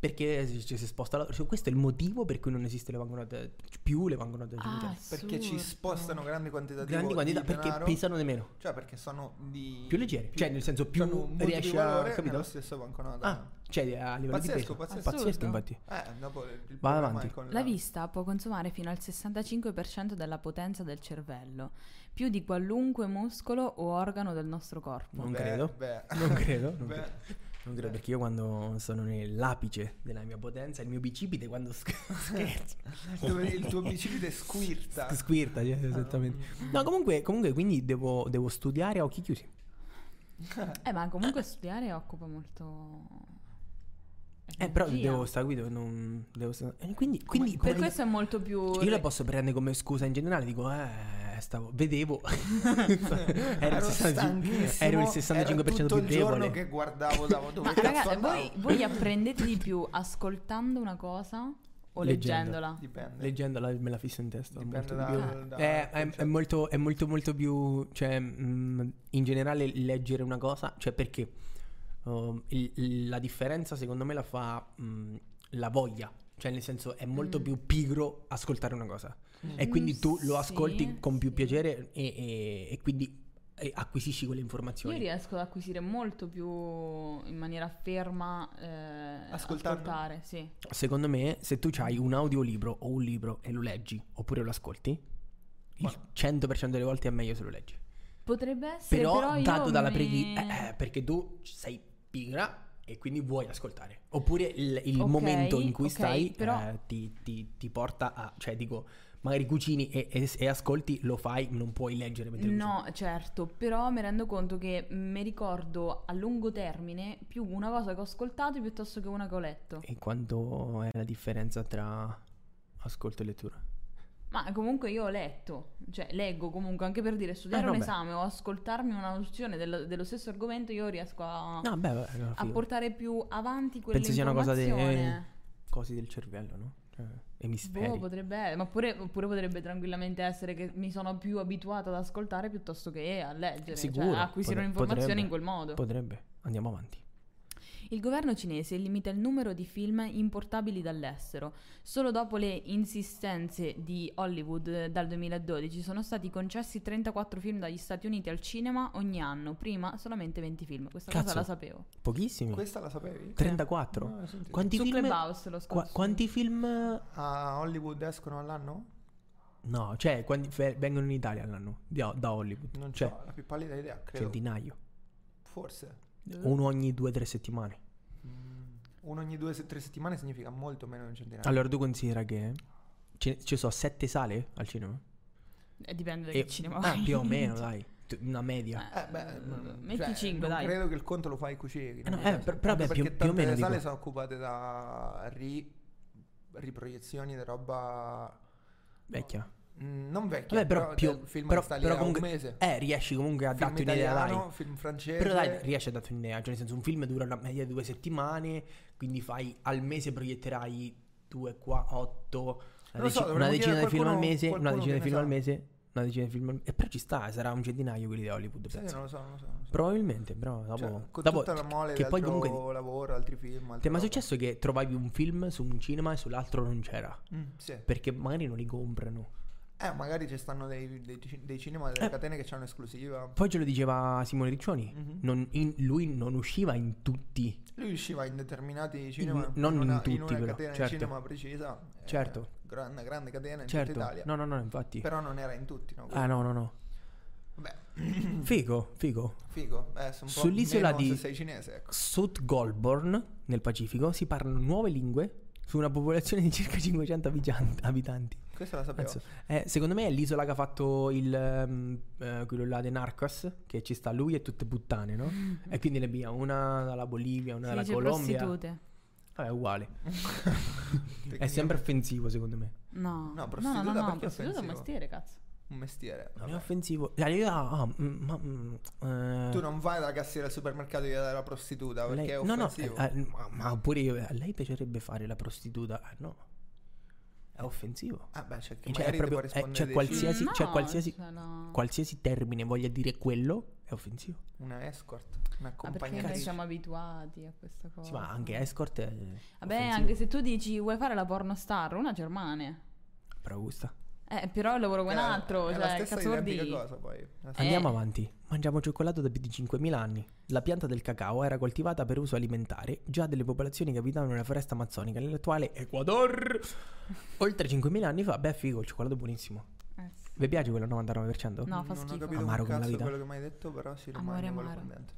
A: Perché ci- ci si sposta la- cioè, questo è il motivo per cui non esiste le banconote più le banconote da 500
C: Ah,
B: Perché ci
C: assurdo.
B: spostano grandi quantità di
A: grandi quantità
B: di
A: perché
B: denaro,
A: pesano di meno
B: Cioè perché sono di
A: più leggere cioè nel senso più
B: hanno un multiplo
A: riesci a
B: valore
A: capito
B: nello stesso banconota.
A: ah cioè a livello di
B: Pazzesco,
A: peso
B: pazzesco.
A: pazzesco
C: Assurdo.
A: infatti
B: Eh, dopo il il
A: Vai
B: problema
A: avanti.
B: è con
C: La vista può consumare fino al 65% della potenza del cervello, più di qualunque muscolo o organo del nostro corpo.
A: non
B: Beh,
A: credo
B: beh.
A: non credo non
B: Beh,
A: credo. Non credo perché io quando sono nell'apice della mia potenza il mio bicipite quando sc- scherzo
B: dove il tuo bicipite squirta.
A: squirta
B: Ah,
A: cioè, esattamente no comunque comunque quindi devo, devo studiare a occhi chiusi
C: Eh, ma comunque studiare occupa molto...
A: eh però
C: energia.
A: devo stare guido non devo sta- eh, quindi, quindi
C: Per
A: come-
C: questo è molto più...
A: Cioè, io la posso prendere come scusa in generale, dico, eh, stavo, vedevo. ero, il
B: Ero
A: 65,
B: stanchissimo,
A: ero il 65%
B: tutto
A: più
B: il giorno
A: debole.
B: che guardavo davo dove
C: Ma
B: cazzo
C: ragazzi,
B: andavo.
C: voi, voi apprendete di più ascoltando una cosa o
A: Leggendo.
C: leggendola?
B: Dipende.
A: Leggendola me la fisso in testa.
B: Dipende
A: molto di
B: da-
A: più.
B: da-
A: Eh, è, è
B: cioè-
A: molto, è molto, molto più. Cioè, mh, in generale, leggere una cosa. Cioè, perché um, il- il- la differenza, secondo me, la fa mh, la voglia. Cioè, nel senso, è molto
C: Mm.
A: più pigro ascoltare una cosa. E
C: Mm,
A: quindi tu lo
C: sì,
A: ascolti con più
C: sì.
A: piacere e, e- e quindi eh, acquisisci quelle informazioni.
C: Io riesco ad acquisire molto più in maniera ferma eh,
B: Ascoltando?
C: ascoltare, sì.
A: Secondo me, se tu hai un audiolibro o un libro e lo leggi, oppure lo ascolti,
B: Ma-
A: il 100% delle volte è meglio se lo leggi.
C: Potrebbe essere
A: Però,
C: però, io
A: dato dalla
C: mi-
A: preghi- eh, eh, perché tu sei pigra e quindi vuoi ascoltare. Oppure il, il
C: Ok,
A: momento in cui
C: ok,
A: stai
C: però-
A: eh, ti, ti- ti porta a... Cioè, dico, magari cucini e, e- e ascolti, lo fai, non puoi leggere mentre
C: No, certo, però mi rendo conto che mi ricordo a lungo termine più una cosa che ho ascoltato piuttosto che una che ho letto.
A: cucini. E quanto è la differenza tra ascolto e lettura?
C: Ma comunque io ho letto, cioè leggo comunque anche per dire studiare
A: Ah, no,
C: un
A: beh.
C: esame o ascoltarmi una nozione dello, dello stesso argomento, io riesco a,
A: No, Ah, beh, vabbè, allora,
C: a
A: figo.
C: portare più avanti Ah, quella
A: Penso sia una cosa de-
C: informazione.
A: cose del cervello, no? Cioè,
C: Boh,
A: emisferi.
C: potrebbe, ma pure, oppure potrebbe tranquillamente essere che mi sono più abituata ad ascoltare piuttosto che a leggere,
A: Sicuro,
C: cioè a acquisire
A: potre-
C: un'informazione
A: potrebbe.
C: in quel modo.
A: Potrebbe. Andiamo avanti.
C: Il governo cinese limita il numero di film importabili dall'estero. Solo dopo le insistenze di Hollywood eh, dal 2012 sono stati concessi 34 film dagli Stati Uniti al cinema ogni anno, prima solamente 20 film. Questa
A: Cazzo.
C: cosa la sapevo.
A: Pochissimi.
B: Questa la sapevi?
A: 34.
B: No, senti.
A: quanti,
C: Su
A: film,
C: Clubhouse lo
A: qua-
C: scorso.
A: quanti film...
B: A Hollywood escono all'anno?
A: No, cioè, quanti fe- vengono in Italia l'anno? Da, da Hollywood.
B: Non
A: cioè,
B: c'ho la più pallida idea, credo.
A: centinaio.
B: Forse.
C: Eh.
A: Uno ogni 2-3 settimane.
B: Mm, Uno ogni due o tre settimane significa molto meno di un centinaio.
A: Allora, tu considera che... ce- Ci sono 7 sale al cinema?
C: Eh, dipende da
A: E-
C: che cinema
A: ah,
C: vai.
A: più o meno, dai. Tu- Una media.
C: Eh,
B: Eh, beh, mm,
C: metti
B: cioè,
C: 5,
B: non
C: dai.
B: credo che il conto lo fai i cucinieri.
A: Eh, no,
B: non
A: eh,
B: penso.
A: per- però,
B: Anche
A: beh, più-
B: perché
A: più o
B: tante
A: meno,
B: sale
A: dico.
B: sono occupate da ri- riproiezioni di roba
A: Vecchia.
B: mm, non vecchia,
A: Vabbè, però, più,
B: del film
A: però,
B: che sta lì
A: però
B: da
A: comunque...
B: un mese.
A: Eh, riesci comunque a
B: film
A: darti un'idea,
B: italiano,
A: dai.
B: film francese.
A: Però dai, riesci a darti un'idea, cioè nel senso un film dura una media di due settimane, quindi fai al mese proietterai due qua, otto, una,
B: Non lo so,
A: deci-
B: dovremmo
A: una
B: chiedere a
A: decina di film al
B: qualcuno-
A: mese, una
B: qualcuno
A: decina di
B: che ne
A: film al
B: sa.
A: mese, una decina di film al mese. E però ci sta, eh, sarà un centinaio quelli di Hollywood,
B: Sai che
A: penso.
B: non lo so, non lo so. non lo so.
A: Probabilmente, però dopo...
B: Cioè, con
A: dopo-
B: tutta la mole
A: che
B: di
A: poi
B: altro
A: comunque...
B: lavoro, altri film, altre
A: Ti è mai
B: robe.
A: successo che trovavi un film su un cinema e sull'altro non c'era?
B: Mm, sì.
A: Perché magari non li comprano.
B: Eh, magari ci stanno dei, dei, ci- dei cinema, delle
A: Eh. Mm-hmm.
B: catene che c'hanno esclusiva.
A: Poi ce lo diceva Simone Riccioni,
B: Mhm.
A: non- in- lui non usciva in tutti
B: Lui usciva in determinati cinema,
A: non in
B: una,
A: tutti,
B: una
A: però,
B: catena
A: certo.
B: di cinema precisa. eh,
A: Certo.
B: grande, grande catena in
A: Certo,
B: tutta Italia.
A: no, no, no, infatti.
B: Però non era in tutti, no?
A: Ah, no, no, no.
B: Vabbè,
A: Figo, figo.
B: figo. Eh, sono un po'
A: Sull'isola
B: meno
A: di-
B: se sei cinese, ecco.
A: South Goulburn, nel Pacifico, si parlano nuove lingue su una popolazione di circa 500 abitan- abitanti.
B: Questa la sapevo.
A: Cazzo. Eh, secondo me è l'isola che ha fatto il ehm, eh, quello là de Narcos, che ci sta lui e tutte puttane, no? e quindi ne abbiamo una dalla Bolivia, una
C: Si
A: dalla
C: dice
A: Colombia.
C: prostitute.
A: Vabbè, è uguale. è
B: Tecnicamente-
A: sempre offensivo, secondo me.
C: No,
B: prostituta
C: no, no,
B: perché
C: no,
B: è
C: prostituta è un
B: offensivo?
C: mestiere, cazzo.
B: un mestiere.
A: Non è
B: vabbè.
A: offensivo. Dai, io- ah, mm, ma, mm, eh,
B: Tu non vai dalla cassiera al supermercato e gli dai la prostituta perché
A: lei-
B: è
A: No, no,
B: offensivo.
A: eh, eh, ma, ma pure io, a lei piacerebbe fare la prostituta? Ah, no. È offensivo.
B: Ah, beh, c'è che
A: Cioè,
B: magari
A: è
B: ti può
A: proprio- eh,
B: rispondere
A: cioè,
B: dei
A: qualsiasi-
B: sì.
A: cioè,
C: No,
A: qualsiasi-
C: cioè, no.
A: Qualsiasi termine voglia dire quello è offensivo.
B: una Cioè, escort,
C: Ah, perché noi
B: un'accompagnatrice.
C: siamo abituati a questa cosa.
A: Sì, ma anche escort è
C: Vabbè,
A: offensivo.
C: anche se tu dici vuoi fare la pornostar, una Germania.
A: Però gusta.
C: Eh, però io lavoro con un
B: Eh,
C: altro,
B: è
C: cioè,
B: la
C: che
B: stessa
C: cazzo vuol
B: identica
C: dire?
B: cosa poi. La
C: Eh.
B: stessa-
A: Andiamo avanti. Mangiamo cioccolato da più di 5.000 anni. La pianta del cacao era coltivata per uso alimentare già delle popolazioni che abitavano nella foresta amazzonica nell'attuale Ecuador. Oltre 5.000 anni fa, beh, figo, il cioccolato è buonissimo.
C: Eh, sì.
A: Vi piace quello 99%?
C: No, fa
B: non ho
C: schifo.
B: capito
A: Amaro
B: un
A: come la
B: cazzo
A: vita.
B: quello che mi hai detto, però si
C: Amore,
B: rimane quello
C: amaro.
B: fondente.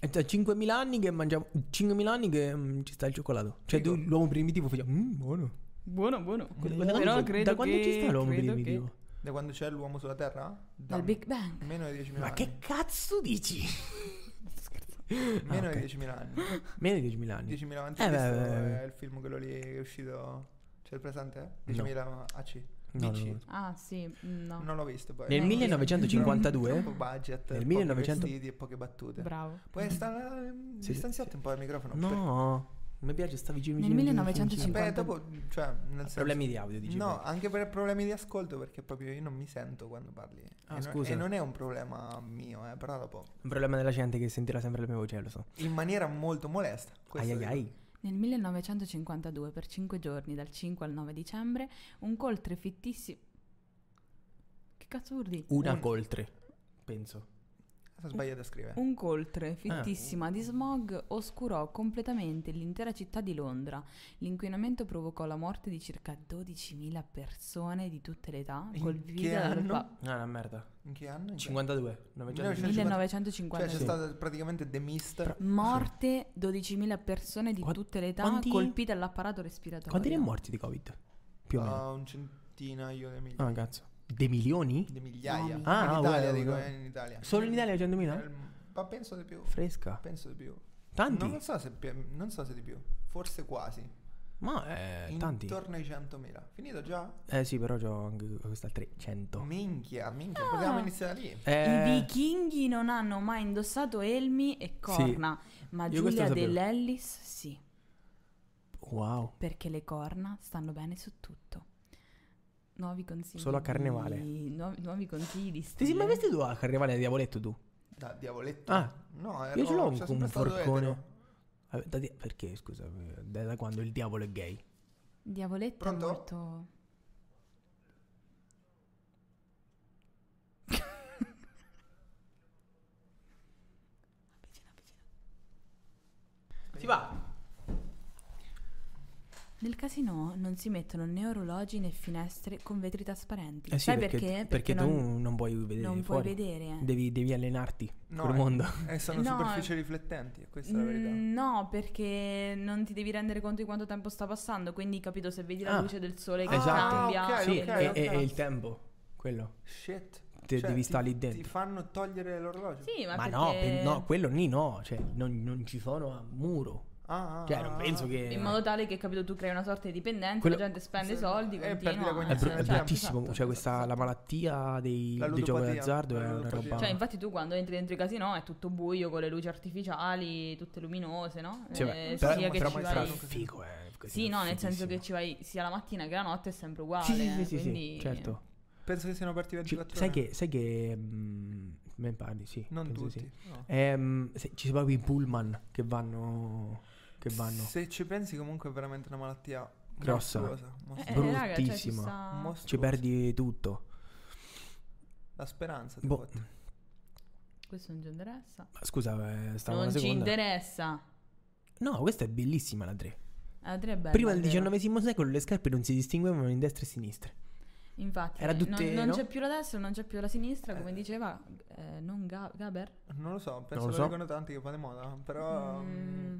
A: È da 5.000 anni che mangiamo 5.000 anni che mm, ci sta il cioccolato. Cioè, tu, l'uomo primitivo faceva mm, buono.
C: Buono, buono.
A: Da
C: Mm. Però
A: quando-
C: credo
A: da quando
C: che-
A: ci sta l'uomo
C: credo che-
A: primitivo?
B: Da quando c'è l'uomo sulla Terra? Da
C: Dal Big Bang.
B: meno di 10.000
A: Ma
B: anni.
A: che cazzo dici?
B: Meno
A: Ah, ok.
B: di 10.000 anni.
A: Meno di 10.000 anni.
B: 10.000 avanti
A: Eh,
B: Cristo
A: beh, beh,
B: è il film quello lì che è uscito. C'è il presente? 10.000 AC.
A: No,
B: Dici?
A: no,
C: Ah, sì, mm, no.
B: Non l'ho visto poi.
A: Nel
B: Non l'ho visto.
A: 1952?
B: Troppo budget,
A: Nel
B: pochi
A: 1900
B: vestiti e poche battute.
C: Bravo.
B: Puoi stare
A: Sì,
B: distanziati un po' dal microfono.
A: no.
B: per-
A: No, mi piace sta vicino
C: Nel
A: vicino, vicino,
C: 1950.
A: vicino.
B: Beh, dopo, cioè, nel senso-
A: Problemi di audio, dici.
B: No, anche per problemi di ascolto, perché proprio io non mi sento quando parli.
A: Ah,
B: e, non,
A: scusa.
B: e non è un problema mio, eh, però dopo.
A: Un problema della gente che sentirà sempre la mia voce, eh, lo so.
B: In maniera molto molesta.
A: Ai
B: questo
A: ai
B: dico.
A: ai.
C: Nel 1952, per 5 giorni, dal 5 al 9 dicembre, un coltre fittissimo... Che cazzo vuol dire?
A: Una
B: Un-
A: coltre, penso.
B: Ho sbagliato a scrivere.
C: Un coltre
B: Eh.
C: fittissima di smog oscurò completamente l'intera città di Londra. L'inquinamento provocò la morte di circa 12.000 persone di tutte le età.
B: In
C: Col
B: che
C: video dal
B: anno? Cioè,
C: pa-
A: Ah, una merda.
B: In che anno? In che-
A: 52, 900.
C: 1952.
B: Cioè, c'è stata praticamente The Mist.
C: Morte 12.000 persone di
A: Qua-
C: tutte le età
A: quanti-
C: colpite all'apparato respiratorio.
A: Quanti ne è morti di Covid? Più o meno.
B: Ah, un centinaio di migliaia.
A: Ah, cazzo. Dei milioni?
B: Di migliaia.
C: No,
A: Ah,
B: in
A: ah,
B: Italia,
A: guarda,
B: dico,
A: guarda.
B: eh, in Italia.
A: Solo in Italia
B: Eh,
A: 100.000?
B: Ma penso di più.
A: Fresca.
B: Penso di più.
A: Tanti?
B: Non lo so se, pi- non so se di più. Forse quasi.
A: Ma eh, tanti.
B: Intorno ai 100.000. Finito già?
A: Eh sì, però c'ho anche questa 300.
B: Minchia, minchia.
C: Ah.
B: Potevamo iniziare lì.
A: Eh,
C: I vichinghi non hanno mai indossato elmi e corna, ma
A: Io questo lo
C: Giulia
A: sapevo.
C: dell'Ellis sì,
A: Wow.
C: perché le corna stanno bene su tutto. Nuovi consigli.
A: Solo a carnevale.
C: di- Nuovi, nuovi consigli di
A: Ti sei mai
C: stile.
A: vestito a carnevale da diavoletto tu?
B: Da diavoletto.
A: Ah.
B: No, ero,
A: Io ce l'ho
B: c'è
A: un,
B: sempre
A: un
B: stato
A: forcone.
B: etero.
A: Eh, da di- perché, scusa, eh, da, da quando il diavolo è gay?
C: Diavoletto è
B: Pronto?
C: molto... Avvicina, avvicina.
A: Si va!
C: Nel casino non si mettono né orologi né finestre con vetri trasparenti.
A: Eh sì,
C: Sai
A: perché,
C: perché?
A: perché, tu non, puoi vedere
C: non puoi
A: fuori.
C: vedere. eh.
A: Devi, devi allenarti
B: No,
A: col
B: eh,
A: mondo.
B: eh, sono
C: No.
B: superfici riflettenti, questa è la verità.
C: Mm, No, perché non ti devi rendere conto di quanto tempo sta passando, quindi capito se vedi la
A: Ah,
C: luce del sole che
A: esatto.
C: cambia.
B: Ah, ok,
A: sì,
B: ok,
A: e,
B: ok.
A: e- e il tempo, quello.
B: Shit. Cioè,
A: Te- devi
B: ti-
A: stare lì
B: Ti
A: dentro.
B: fanno togliere l'orologio.
C: Sì, ma,
A: Ma
C: perché...
A: no, pe- no, quello lì no, cioè non, non ci sono a muro.
B: Ah, ah,
A: Cioè non
B: ah,
A: penso
B: ah.
A: che...
C: In modo tale che capito tu crei una sorta di dipendenza,
A: Quello-
C: la gente spende soldi,
B: Eh,
C: continua.
B: perdi la
A: È,
B: cognizione,
A: bru-
B: Eh,
A: è
B: certo,
A: bruttissimo,
B: esatto,
A: cioè questa
B: esatto.
A: la malattia dei,
B: La
A: dei giochi
B: ludopatia,
A: d'azzardo è
B: la
A: una
B: ludopatia.
A: roba...
C: Cioè, infatti tu quando entri dentro i casino è tutto buio con le luci artificiali, tutte luminose, no?
A: Sì,
C: Eh,
A: beh,
B: però-
C: sia che
B: però
C: ci
B: poi
C: vai-
A: sarà
B: vai-
A: figo, eh, così,
C: Sì, no, nel senso
A: fighissimo.
C: che ci vai sia la mattina che la notte è sempre uguale.
A: Sì, sì, sì, sì, sì,
C: quindi-
A: certo.
B: Penso che siano partiti
A: Ci-
B: 24
A: sai
B: ore.
A: che, sai che mm, me pare, di sì.
B: Non
A: penso di
B: tutti.
A: sì.
B: no.
A: Ehm, se- ci sono proprio i pullman che vanno. Che vanno.
B: Se ci pensi comunque è veramente una malattia
A: Grossa.
B: mostruosa, mostruosa.
C: Eh, eh, raga, cioè, ci
A: Bruttissimo.
C: sta-
B: mostruosa.
A: Ci perdi tutto.
B: la speranza. ti
A: Boh.
B: fotti.
C: Questo non ci interessa.
A: Ma Scusa, eh, stavo
C: non
A: una
C: ci
A: seconda.
C: interessa. Eh,
A: No, questa è bellissima la 3.
C: La tre è bella,
A: Prima del
C: vero?
A: XIX secolo le scarpe non si distinguevano in destra e sinistra.
C: Infatti,
A: Era
C: eh,
A: tutte,
C: non, non
A: no?
C: c'è più la destra, non c'è più la sinistra, come diceva eh, non Ga- Gaber.
B: Non lo so, penso
A: lo
B: lo,
A: so.
B: dicono tanti che fa di moda, però
C: Mm,
B: mm,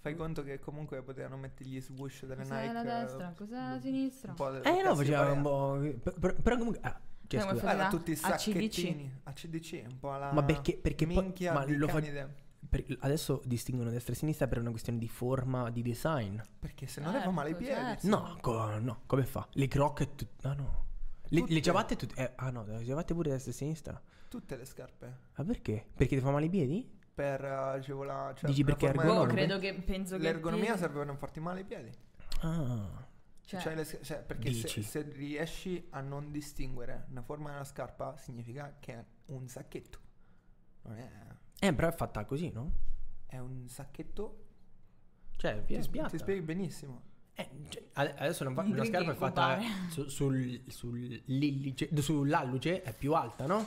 B: fai conto che comunque potevano mettere gli swoosh delle
C: cos'è
B: Cioè, Nike.
C: la destra?
B: eh,
C: Cos'è la
B: un
C: sinistra?
B: po' del
A: Eh no,
B: cazzo di
A: faceva
B: Corea.
A: un po'. per- per- Però comunque. Ah, cioè,
C: Come
A: scusa,
C: fa-
B: Erano
C: Era
B: tutti i
C: ACDC.
B: sacchettini ACDC, un po' alla
A: Ma perché- perché poi-
B: minchia
A: ma
B: di
A: lo fa-
B: Canide.
A: per- adesso distinguono destra e sinistra per una questione di forma, di design.
B: Perché se no le fa male i
C: Certo,
B: piedi.
C: certo. Sì.
A: No, co- no, come fa? Le croc e tut- Ah no. Le,
B: Tutte.
A: le ciabatte tutte... eh, ah no, le ciabatte pure destra e sinistra.
B: Tutte le scarpe.
A: Ma perché? Perché ti fa male i piedi?
B: Per eh, agevolare... Cioè,
A: Dici
B: una
A: perché
B: forma
A: ergonomico?
C: Boh,
A: no,
B: enorme.
C: credo che penso che
B: L'ergonomia serve per non farti male i piedi.
A: Ah.
C: cioè,
B: Cioè, le sc- cioè, perché se,
A: Dici.
B: se riesci a non distinguere una forma e una scarpa, significa che è un sacchetto. Non è,
A: Eh, però è fatta così, no?
B: è un sacchetto.
A: Cioè,
B: Ti,
A: via
B: sp-
A: sbiatta.
B: ti spieghi benissimo.
A: Eh, cioè, ad- adesso non fa,
C: Non
A: la
C: devi
A: scarpa è fatta
C: rubare.
A: su- sul, sull'illice- sull'alluce è più alta, no?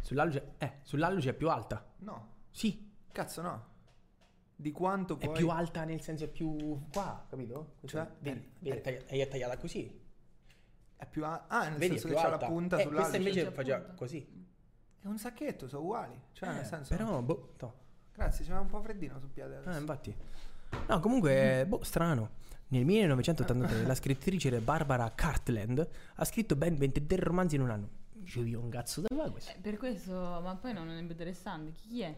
A: Sull'alluce, eh, sull'alluce è più alta.
B: No,
A: Sì,
B: cazzo no. Di quanto
A: è
B: poi...
A: più alta nel senso è più qua, capito?
B: Cioè,
A: vedi,
B: è-
A: vedi,
B: è-
A: è, taglia- è tagliata così.
B: È più a- ah, nel
A: vedi, è
B: senso
A: più
B: che c'ha
A: alta.
B: la punta
A: Eh,
B: sull'alluce.
A: questa invece
C: C'è
A: faceva
C: punta.
A: così.
B: È un sacchetto, sono uguali. Cioè,
A: Eh,
B: nel senso...
A: Però, boh, no.
B: Grazie, c'era un po' freddino sul piede
A: Eh,
B: adesso.
A: infatti. No, comunque, boh, strano. Nel 1983 la scrittrice Barbara Cartland ha scritto ben 23 romanzi in un anno. Dicevi, un cazzo da fa questo?
C: eh, per questo, ma poi non è interessante. Chi è?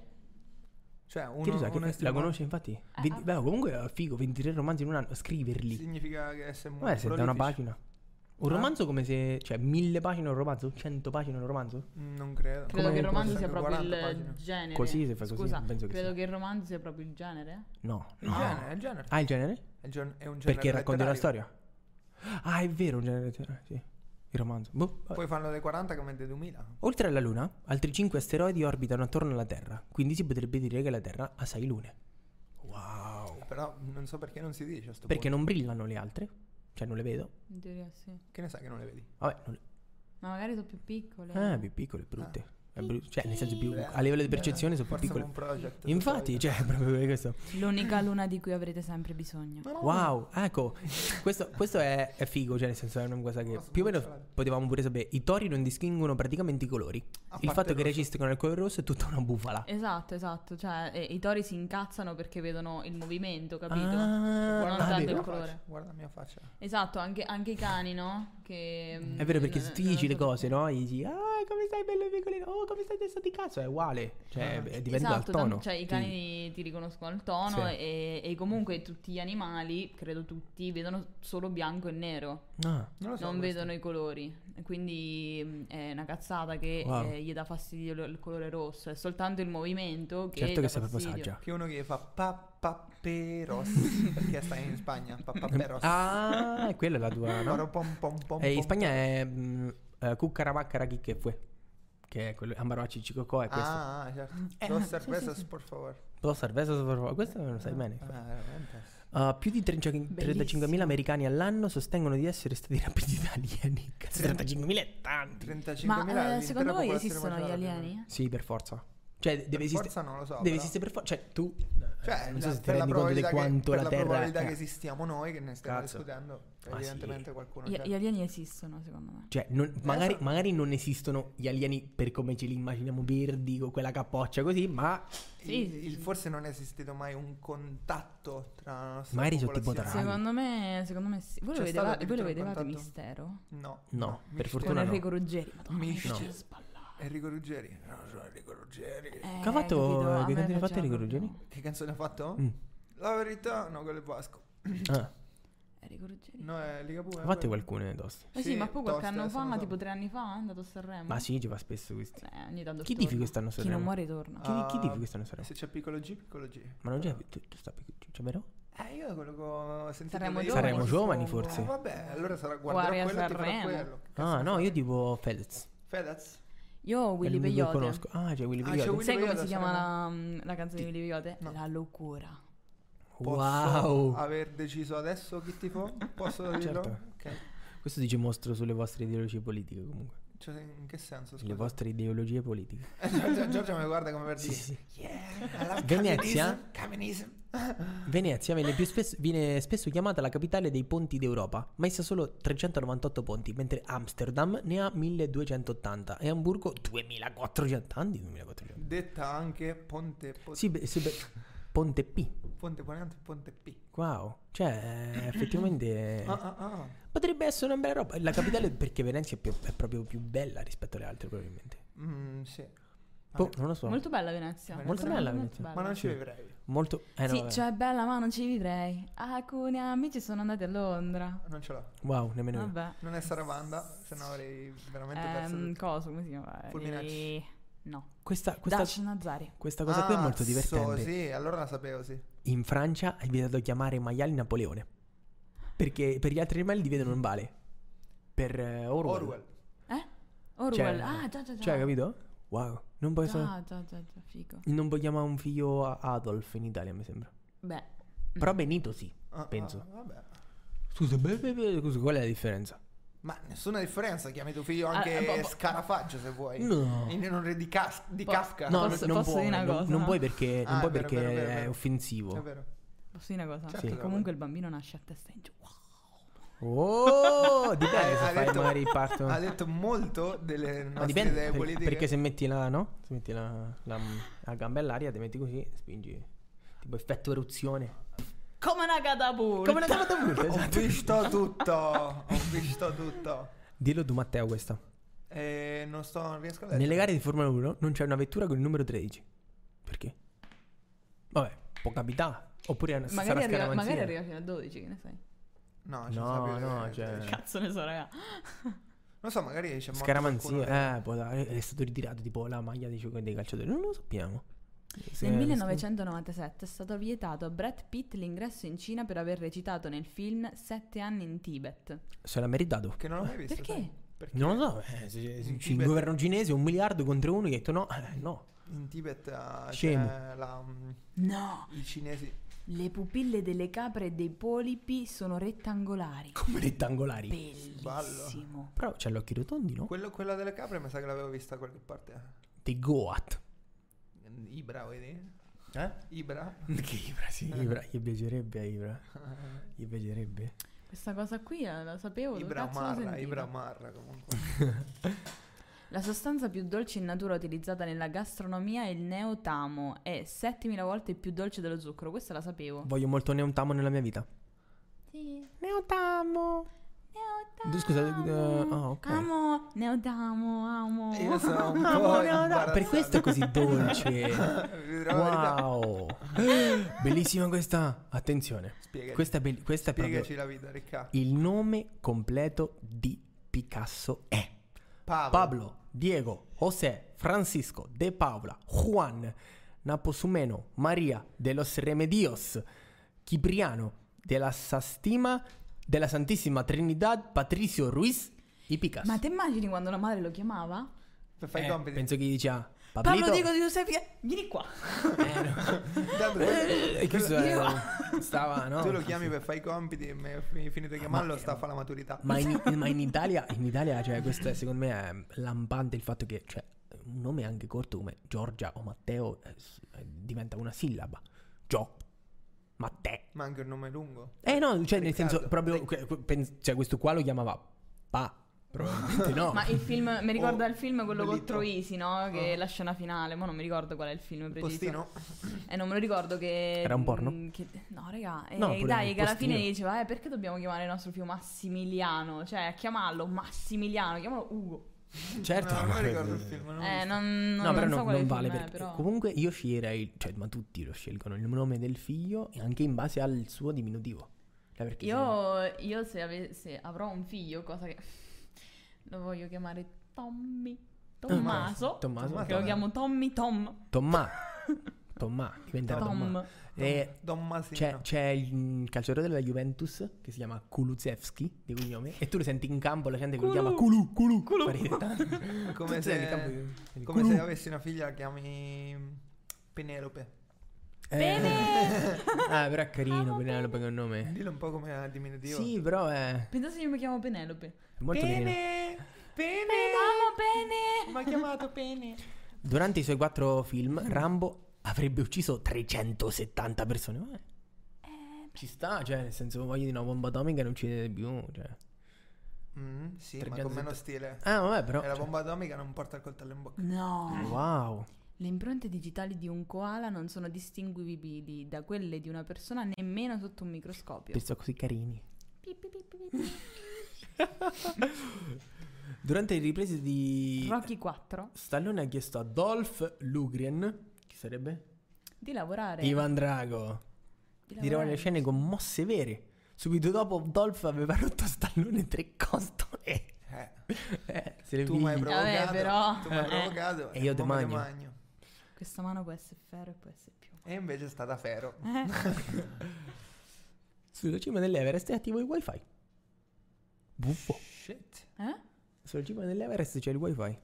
B: Cioè, uno,
A: Che lo sa che
B: uno
A: fa- la
B: estremo-
A: conosce infatti? Venti- beh, comunque è figo, 23 romanzi in un anno, scriverli.
B: Significa che essere molto
A: Ma è se da una
B: prolifici.
A: pagina. Un
B: Ah.
A: romanzo come se... cioè mille pagine un romanzo? 100 pagine un romanzo?
B: Mm, Non credo.
C: Credo
A: Come
C: che il romanzo
B: può
C: sia
B: essere
C: proprio il
B: 40 pagine?
C: genere.
A: Così, se fai così,
C: Scusa,
A: penso che
C: credo
A: sia.
C: che il romanzo sia proprio il genere.
A: No.
B: Il genere, è il genere.
A: Ah, il genere?
B: È il gen- è un genere
A: Perché racconti una
B: letterario.
A: storia? Ah, è vero, un genere letterario, sì. Il romanzo. Boh, vabbè.
B: Poi fanno dei 40 come dei 2000.
A: Oltre alla Luna, altri 5 asteroidi orbitano attorno alla Terra, quindi si potrebbe dire che la Terra ha 6 lune. Wow.
B: Però non so perché non si dice a sto
A: Perché
B: punto.
A: non brillano le altre? Cioè non le vedo.
C: In teoria sì.
B: Che ne sai che non le vedi?
A: Vabbè, non le...
C: Ma magari sono più piccole.
A: Ah, più piccole, brutte. È brutto. Cioè, nel senso più a livello di percezione sono più
B: Eh, Forse
A: piccole.
B: un project.
A: Infatti, cioè, proprio per questo.
C: L'unica luna di cui avrete sempre bisogno.
A: Wow, ecco, questo, questo è, è figo, cioè nel senso è una cosa che più o meno potevamo pure sapere. I tori non distinguono praticamente i colori.
B: A parte
A: Il fatto
B: il
A: che
B: rosso.
A: registrano il colore rosso è tutta una bufala.
C: Esatto, esatto. Cioè, eh, i tori si incazzano perché vedono il movimento, capito?
A: Ah,
C: non
A: ah,
C: tanto
A: vero.
B: la
C: il
B: mia
C: colore.
B: faccia, guarda la mia faccia.
C: Esatto, anche, anche i cani, no? Che, mm,
A: È vero perché se
C: non-
A: tu gli
C: non
A: dici
C: so
A: le cose,
C: perché.
A: no? Gli dici, ah, come stai bello e piccolino, oh, come stai testa di cazzo, è uguale. Cioè, beh, dipende
C: esatto,
A: dal tono.
C: tanto- cioè i
A: Sì.
C: cani ti riconoscono il tono
A: Sì.
C: e, e comunque tutti gli animali, credo tutti, vedono solo bianco e nero,
A: Ah,
B: Non lo so.
C: non
B: questo.
C: vedono i colori. E Quindi mm, è una cazzata che
A: Wow.
C: eh, gli dà fastidio il, il colore rosso, è soltanto il movimento che...
A: certo
C: dà
A: che sei proprio
C: fastidio.
A: saggia.
B: Che uno che fa pappaperos. perché stai in Spagna. Pappaperos.
A: Ah, è quella la tua, no?
B: Poro pom pom pom
A: Eh, in
B: pom.
A: Spagna è mm, eh, cuccarabaccara chi che fue. Che è quello Ambaroci Cicocò è questo.
B: Ah, ah, certo.
C: Eh,
B: Dos cervezas, por favor.
A: Però Sarvesa Sopra- questo non lo sai bene.
B: Ah, veramente.
A: Uh, più di 35
C: Bellissimo.
A: 35.000 americani all'anno sostengono di essere stati rapiti da alieni. Cazzo, 35.000 è tanti.
B: 35.000
C: Ma eh,
B: l'intera
C: secondo voi
B: popolazione
C: esistono gli
B: mondiale.
C: alieni?
A: Sì, per forza. Cioè,
B: Per
A: deve esistere.
B: forza non lo so.
A: Deve
B: però.
A: esistere per forza. Cioè, tu.
B: Cioè,
A: non so
B: la-
A: se ti
B: per la
A: rendi conto di
B: probabilità che-
A: quanto
B: per
A: la,
B: la
A: Terra. eh,
B: probabilità
A: è-
B: che esistiamo noi, che ne stiamo
A: Cazzo. Ah,
B: discutendo,
A: Ma
B: evidentemente qualcuno
C: Gli,
B: c'è.
C: gli alieni esistono, secondo me.
A: Cioè, non- magari,
B: so.
A: magari non esistono gli alieni per come ce li immaginiamo verdi con quella capoccia così, ma
C: Sì,
B: Il-
C: sì, sì.
B: il- forse non è esistito mai un contatto tra la nostra
A: Magari sono tipo
B: popolazione.
A: draghi.
C: Secondo me, secondo me sì. Voi lo
B: C'è stato
C: vedevate, voi
B: addirittura
C: lo
B: un
C: vedevate
B: contatto?
C: Mistero?
B: No,
A: No,
B: mi
A: per
B: scuso.
A: fortuna
C: Con
A: no.
C: Enrico Ruggeri. Madonna,
B: Misci.
C: che
A: No.
C: sballava.
B: Enrico Ruggeri. No, sono Enrico Ruggeri.
C: Eh,
A: Che ha fatto-
C: capito? A
A: che canzone ha fatto
C: me faceva
A: Enrico
C: proprio-
A: Ruggeri?
B: Che canzone ha fatto?
A: Mm.
B: La verità, no, quello è Vasco.
A: ah,
C: Enrico Ruggeri.
B: No, è Ligabue.
A: fate
B: quello.
A: qualcune toste.
C: Ma Eh sì,
B: Sì,
C: ma poi qualche
B: tosta,
C: anno
B: adesso non
C: fa,
B: so.
C: tipo tre anni fa, è andato a Sanremo.
A: Ma sì, ci va spesso questi.
C: Eh, ogni tanto
A: Chi
C: torna.
A: tifi quest'anno a
C: Chi non
A: Sanremo?
C: muore torna.
A: Chi, chi
B: Ah,
A: tifi quest'anno Sanremo?
B: Se c'è piccolo G, piccolo G.
A: Ma non c'è. Tu, tu stai. C'è vero?
B: Eh, io quello che ho sentito.
C: Saremo
B: dei-
C: giovani.
A: Saremo giovani,
C: suppongo.
A: forse.
B: Ah, vabbè, allora sarà
C: Guarda
B: guarderò quello e ti farò
C: Sanremo.
B: quello. Che cazzo
A: Ah,
B: ne
A: no,
B: so.
A: io tipo Fedez.
B: Fedez.
C: Io ho Willy
A: non lo
C: Peyote.
A: conosco. Ah, c'è Willy
B: Ah, c'è
A: Peyote.
B: Willy-
C: Sai come
B: Peyote
C: si
B: a
C: chiama la, mm, la canzone di Willy Peyote?
B: No.
C: La locura.
B: Posso
A: Wow.
B: aver deciso adesso chi tifo? Posso dirlo?
A: Certo.
B: Ok.
A: Questo dice mostro sulle vostre ideologie politiche comunque.
B: Cioè, in che senso?
A: Le
B: Scusa.
A: vostre ideologie politiche.
B: Eh, Giorgia, Giorgia mi guarda come per
A: Sì,
B: dire
A: sì,
B: "Yeah, I love
A: Venezia?
B: Communism, communism."
A: Venezia viene, più spesso, viene spesso chiamata la capitale dei ponti d'Europa, ma essa ha solo 398 ponti, mentre Amsterdam ne ha 1280 e Hamburgo 2400 anni, 2400.
B: Detta anche Ponte Po-
A: Sì, beh, sì, beh, Ponte P.
B: Ponte Ponente e Ponte P
A: Wow, cioè eh, effettivamente
B: Ah, ah, ah.
A: potrebbe essere una bella roba. La capitale perché Venezia è, più- è proprio più bella rispetto alle altre probabilmente.
B: Mm, sì.
A: Boh, non lo so.
C: Molto bella Venezia.
A: Molto bella Venezia.
B: Ma non ci vivrei
A: Molto... Eh, no,
C: sì,
A: vabbè.
C: cioè bella ma non ci vivrei. Alcuni amici sono andati a Londra.
B: Non ce l'ho.
A: Wow, nemmeno io.
C: Vabbè.
B: Non è Saravanda, se no avrei veramente perso.
C: Ehm,
B: tutto.
C: coso, come si chiama?
B: Fulminacci.
C: Eh, No.
A: Questa, questa,
C: Dash Nazari.
A: questa cosa qui è
B: Ah,
A: molto
B: so,
A: divertente.
B: sì, allora la sapevo, sì.
A: In Francia è vietato chiamare i maiali Napoleone. Perché per gli altri animali di vedo non vale. Per eh, Orwell.
B: Orwell.
C: Eh? Orwell. ah, già, già, già.
A: Cioè, capito? Wow. Non può essere-
C: Già, già, già, già, figo.
A: Non puoi chiamare un figlio a- Adolf in Italia, mi sembra.
C: Beh,
A: Però Benito sì.
B: Ah,
A: Penso.
B: ah, vabbè.
A: Scusa, beh, beh, beh, scusa, qual è la differenza?
B: Ma nessuna differenza, chiami tuo figlio
C: Ah,
B: anche
C: boh, boh.
B: Scarafaggio se vuoi.
A: eh, No.
B: In onore di, Cas- di
C: Po-
B: Kafka.
A: No,
C: Posso-
A: non
C: posso
A: puoi.
C: dire una
A: non,
C: cosa?
A: non puoi perché, non
B: Ah,
A: puoi
B: è vero,
A: perché
B: è vero, è vero.
A: è offensivo.
B: È vero.
C: posso dire una cosa?
B: Certo
C: Che
B: che
C: comunque il bambino nasce a testa in giù.
A: Oh, dipende
B: Eh,
A: se
B: ha
A: fai
B: detto-
A: magari il parto.
B: Ha detto molto delle
A: Ma
B: nostre
A: dipende
B: idee
A: per-
B: politiche.
A: perché se metti la, no? Se metti la, la, la gamba all'aria, ti metti così, spingi. Tipo effetto eruzione.
C: Come una catapulta.
A: Come una catapulta,
B: Ho
A: esatto.
B: visto tutto, ho visto tutto.
A: Dillo tu Matteo questa.
B: E non sto, non riesco a leggere.
A: Nelle gare di Formula 1 non c'è una vettura con il numero 13. Perché? Vabbè, può capitare. Oppure è- sarà
C: Magari arriva,
A: scaramanzia.
C: magari arriva fino a 12, che ne sai.
B: Eh. No,
A: No,
B: no,
A: no, cioè-
C: Cazzo ne so, raga.
B: Non so, magari c'è morto qualcuno che-
A: Scaramanzia, eh, può dare. È stato ritirato tipo la maglia dei, giocatori- dei calciatori. Non lo sappiamo. Se-
B: eh,
C: Nel 1997 è stato vietato a Brad Pitt l'ingresso in Cina per aver recitato nel film Sette anni in Tibet.
A: Se l'ha meritato.
B: Che non l'ho mai visto.
C: Perché?
B: sai? Perché
A: Non lo so. eh, se- se-
B: In
A: se il
B: Tibet-
A: governo cinese un miliardo contro uno che ha detto no, eh, no.
B: in Tibet ah,
A: Scemo.
B: c'è la, mm,
C: No,
B: i cinesi.
C: le pupille delle capre e dei polipi sono rettangolari.
A: Come rettangolari.
C: Bellissimo.
A: Però c'ha gli occhi rotondi, no?
B: Quello, quella delle capre mi sa che l'avevo vista da qualche parte.
A: Dei Goat.
B: Ibra, vedi?
A: Eh?
B: Ibra?
C: Oh,
A: Che Ibra, sì. Ibra, gli piacerebbe a Ibra. Gli piacerebbe.
C: Questa cosa qui eh, la sapevo. dove
B: Ibra
C: cazzo l'ho
B: Marra,
C: sentita?
B: Ibra Marra comunque.
C: La sostanza più dolce in natura utilizzata nella gastronomia è il neotamo. È 7000 volte più dolce dello zucchero. Questa la sapevo.
A: Voglio molto Neontamo nella mia vita.
C: Sì,
A: Neontamo.
C: neotamo.
A: Scusa, eh, ah, ok.
C: Amo, neotamo, amo.
B: Io sono un po'
A: Amo Neontamo. Per questo è così dolce.
B: Wow.
A: Wow. Bellissima questa. Attenzione.
B: Spiegaci.
A: Questa, è bell- questa è proprio...
B: Spiegaci la vita, Ricca.
A: Il nome completo di Picasso è
B: Pablo.
A: Pablo, Diego, José, Francisco, De Paula, Juan, Naposumeno, María, de los Remedios, Cipriano, de la Sastima, de la Santissima Trinidad, Patricio Ruiz y Picasso.
C: Ma te immagini quando la madre lo chiamava?
B: Fai i
A: Eh,
B: compiti.
A: penso che gli diceva
C: Pablo
A: Pablito.
C: Diego di Giuseppe, vieni qua.
B: Tanto
A: Eh, e questo
C: Io-
A: era- stava, no?
B: tu lo chiami per fare i compiti e me- fi- finito di chiamarlo sta a fare la maturità.
A: Ma in,
C: Esatto.
A: ma in Italia, in Italia, cioè, questo è, secondo me è lampante il fatto che, cioè, un nome anche corto come Giorgia o Matteo eh, s- eh, diventa una sillaba. Gio, Matteo.
B: Ma anche un nome lungo.
A: Eh no, cioè, nel
B: Riccardo.
A: senso, proprio, que- que- pens- cioè, questo qua lo chiamava Pa, probabilmente no.
C: Ma il film, mi ricorda
B: Oh,
C: il film quello
B: Belito.
C: contro Isi, no? Che è la scena finale, ma non mi ricordo qual è il film
B: Il
C: preciso.
B: postino.
C: E Eh, non me lo ricordo che...
A: Era un porno?
C: mm, che- no, raga. eh,
A: No, pure
C: dai,
A: il
C: che alla
A: postino.
C: fine diceva, eh, perché dobbiamo chiamare il nostro figlio Massimiliano? Cioè, chiamarlo Massimiliano, chiamalo Ugo.
A: certo.
B: No, Ah, non
A: ma-
B: mi ricordo il film. non l'ho
C: Eh,
B: visto.
C: non, non,
A: No, però
C: non so
A: non,
C: quale
A: non
C: film
A: vale
C: è,
A: perché
C: però.
A: comunque io sceglierei, cioè, ma tutti lo scelgono, il nome del figlio e anche in base al suo diminutivo. Cioè, perché se-
C: Io, io se, ave- se avrò un figlio, cosa che... Lo voglio chiamare Tommy.
A: Ah,
C: Tommaso.
A: Tommaso.
C: Che lo chiamo Tommy Tom.
A: Tomma. Tomma, diventerà Tomma.
C: Tom.
A: E
B: Don Masino.
A: Eh, c'è, c'è il mm, calciatore della Juventus che si chiama Kulusevski di cognome e tu lo senti in campo la gente che lo
C: Kulu.
A: chiama Kulu Kulu
C: Kulu.
A: Fa ridere tanto.
B: come
A: Tu sei in campo
B: se,
A: di-
B: come
A: Kulu.
B: se avessi una figlia la chiami Penelope.
A: Eh, ah però è carino Penelope con nome
B: Dillo un po' come a diminutivo.
A: sì però è
C: Pensate se io mi chiamo Penelope.
A: molto carino
C: Ti
B: Pene.
C: amo bene!
B: Mi ha chiamato Pene.
A: durante i suoi quattro film Rambo avrebbe ucciso 370 persone Vabbè. ci sta cioè nel senso voglio di una bomba atomica e non uccidete più cioè.
B: Mm, sì, ma con
A: 300.
B: meno stile.
A: ah vabbè però
B: e Eh, la
A: cioè,
B: bomba atomica non porta il coltello in bocca.
C: No.
A: wow
C: Le impronte digitali di un koala non sono distinguibili da quelle di una persona nemmeno sotto un microscopio.
A: sono così carini
C: Pi, pi, pi, pi, pi.
A: durante le riprese di
C: Rocky 4.
A: Stallone ha chiesto a Dolph Lugren, chi sarebbe?
C: di lavorare.
A: Ivan Drago.
C: di
A: Di
C: lavorare.
A: le scene con mosse vere. Subito dopo Dolph aveva rotto a stallone e tre costole.
B: Eh,
A: Eh, se le
B: tu mi hai
A: pigli.
B: provocato.
C: però.
B: Tu mi hai
C: Eh.
B: provocato.
A: E io
B: mo
A: te
B: me
A: magno.
B: magno.
C: Questa mano può essere ferro e può essere più.
B: E invece è stata Fero.
A: Sulla cima dell'Everest è attivo il wifi. Buffo.
B: Shit.
C: Eh?
A: Sulla cima dell'Everest c'è il wifi.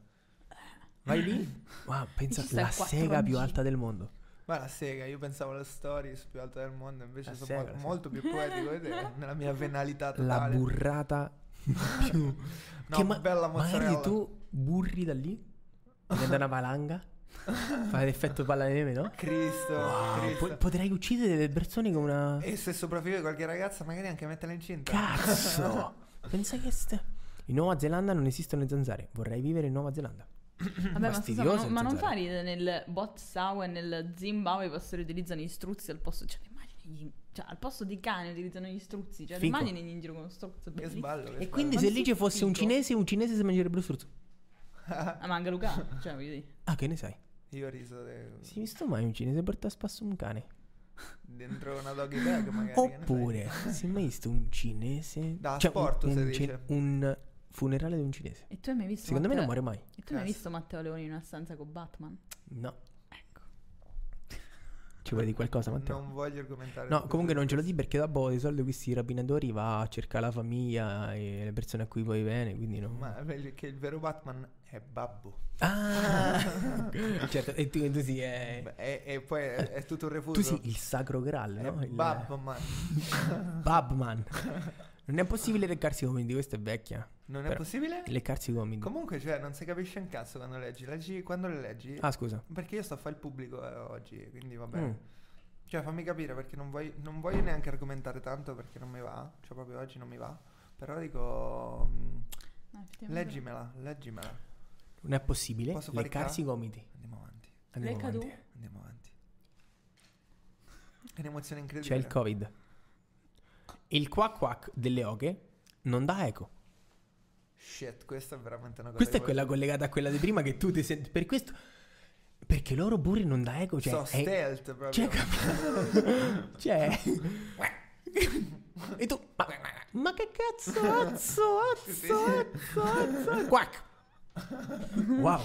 A: Vai lì? Wow, pensa
C: Ci sta
A: la
C: il
A: sega più
C: 4G.
A: alta del mondo.
B: Ma la sega, io pensavo alla stories più alta del mondo, invece
A: La
B: sono
A: sega,
B: mo-
A: la sega.
B: molto più poetico di te, nella mia venalità
A: La
B: totale.
A: burrata più...
B: No,
A: che ma-
B: bella mozzarella.
A: magari tu burri da lì, diventa una valanga, fa l'effetto palla di neve, no?
B: Cristo,
A: Wow,
B: Cristo.
A: po- potrei uccidere delle persone con una...
B: E se sopravvive qualche ragazza, magari anche metterla incinta.
A: Cazzo! Pensa che ste... In Nuova Zelanda non esistono le zanzare. Vorrei vivere in Nuova Zelanda.
C: Vabbè, ma, scusa, ma,
A: Fastidioso
C: non- ma
A: il
C: non fa
A: zanzaro.
C: ridere nel Botswana e nel Zimbabwe i pastori utilizzano gli struzzi al posto. Cioè, immagini gli- cioè, al posto di cane utilizzano gli struzzi. Cioè,
A: Figo.
C: immagini in giro con uno struzzo
B: Che
C: bellissimo.
B: sballo. che
A: E
B: sballo.
A: quindi
C: Ma
A: se
C: non
A: lì
C: so
A: ci fosse un
C: figo.
A: cinese, un cinese si mangerebbe lo struzzo.
C: Ah, ma anche Luca, cioè, voglio dire.
A: Ah, che ne sai?
B: Io ho riso de-
A: Si è visto mai un cinese portare a spasso un cane?
B: dentro una doggy bag, magari. che ne fai?
A: Oppure, si è mai visto un cinese?
B: Da
A: Cioè,
B: asporto,
A: un,
B: si
A: un
B: dice.
A: cin- un funerale di un cinese.
C: E tu hai mai visto.
A: Secondo me non
C: Matteo-
A: muore mai.
C: E tu hai mai
B: Cazzo.
C: visto Matteo Leoni in una stanza con Batman?
A: No.
C: Ecco.
A: Ci vuoi dire qualcosa, Matteo?
B: Non voglio argomentare.
A: No,
B: su
A: comunque non
B: questo
A: ce lo di perché dopo di solito questi rapinatori va a cercare la famiglia e le persone a cui vuoi bene, quindi no.
B: discorso. Ma è che il vero Batman è babbo.
A: Ah! certo, e tu, tu sì, eh,
B: Beh, Eh, E, e poi è, è tutto un refuso.
A: tu sì, il sacro graal,
B: È
A: no? Il
B: Batman.
A: Babman. Non è possibile leccarsi i gomiti, questa è vecchia.
B: Non è
A: Però-
B: possibile?
A: Leccarsi i gomiti.
B: Comunque, cioè, non si capisce un cazzo quando leggi. Leggi quando le leggi.
A: ah, scusa.
B: Perché io sto a fare il pubblico eh, oggi, quindi va bene.
A: Mm.
B: Cioè, fammi capire perché non, vuoi- non voglio neanche argomentare tanto perché non mi va. Cioè, proprio oggi non mi va. Però dico. mm,
C: No, effettivamente-
B: leggimela, leggimela.
A: Non è possibile
B: Posso fare il
A: leccarsi i gomiti.
B: Andiamo avanti.
A: Andiamo
C: Lecca
A: avanti.
B: Andiamo avanti. È un'emozione
A: C'è
B: incredibile.
A: il covid. Il quack quack delle oche non dà eco.
B: Shit, questa è veramente una cosa.
A: Questa è
B: che
A: quella
B: voglio-
A: collegata a quella di prima che tu ti senti. Per questo. Perché loro burri non dà eco. Cioè,
B: So
A: è-
B: stealth proprio.
A: Cioè, cap- cioè- E tu. Ma, ma che cazzo? Azzo, azzo, azzo, azzo. Quack. Wow.